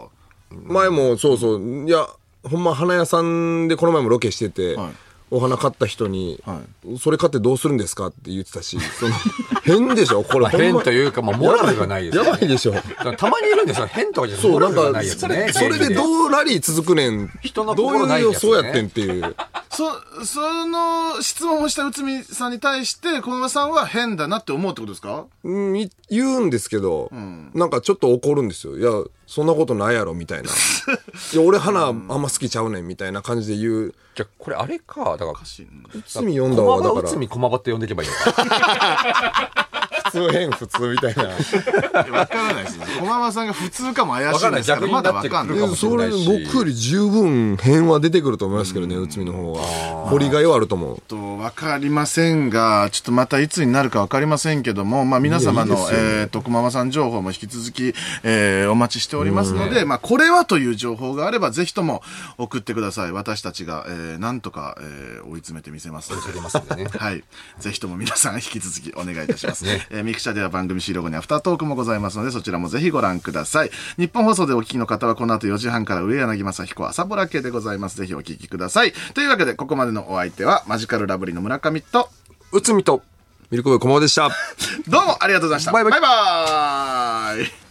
前もそうそういやほんま花屋さんでこの前もロケしてて、はいお花買った人に、はそれ買ってどうするんですか?」って言ってたしその 変でしょこれ、ほんま変というか、まあ、モラルがないですやよばねいでしょだからたまにいるんですよ変とかじゃなくてそモうラなルんがなかいやつそねれそれでどうラリー続くねん人のど心うないいうや予つね想やってんっていうそ、その質問をした内海さんに対して、駒場さんは変だなって思うってことですかうんい言うんですけど、なんかちょっと怒るんですよいやそんなことないやろみた いないや俺花あんま好きちゃうねんみたいな感じで言うじゃあこれあれかだから内海呼んだわだ駒か場ら内海駒場って呼んでいけばいいのか普通変普通みたいな。わからないですね。駒場さんが普通かも怪しいんですから、まわだからなわい逆にかんないなってくるか。もしれそなれいし僕より十分変は出てくると思いますけどね、内海の方が。掘りがいはあると思う。ちょっとわかりませんが、ちょっとまたいつになるかわかりませんけども、まあ皆様の、いやいいですよえっ、と、駒場さん情報も引き続き、えーお待ちしておりますので、まあこれはという情報があれば、ぜひとも送ってください。私たちが、えーなんとか、えー追い詰めてみせますので。出ますんでねはい。ぜひとも皆さん引き続きお願いいたします。えーミクシャでは番組終了後にアフタートークもございますので、そちらもぜひご覧ください。日本放送でお聞きの方はこの後4時半から上柳正彦朝ぼら系でございます。ぜひお聞きください。というわけで、ここまでのお相手はマジカルラブリーの村上と、内海とミルクボーイ駒場でした。どうもありがとうございました。バイバイバイバーイ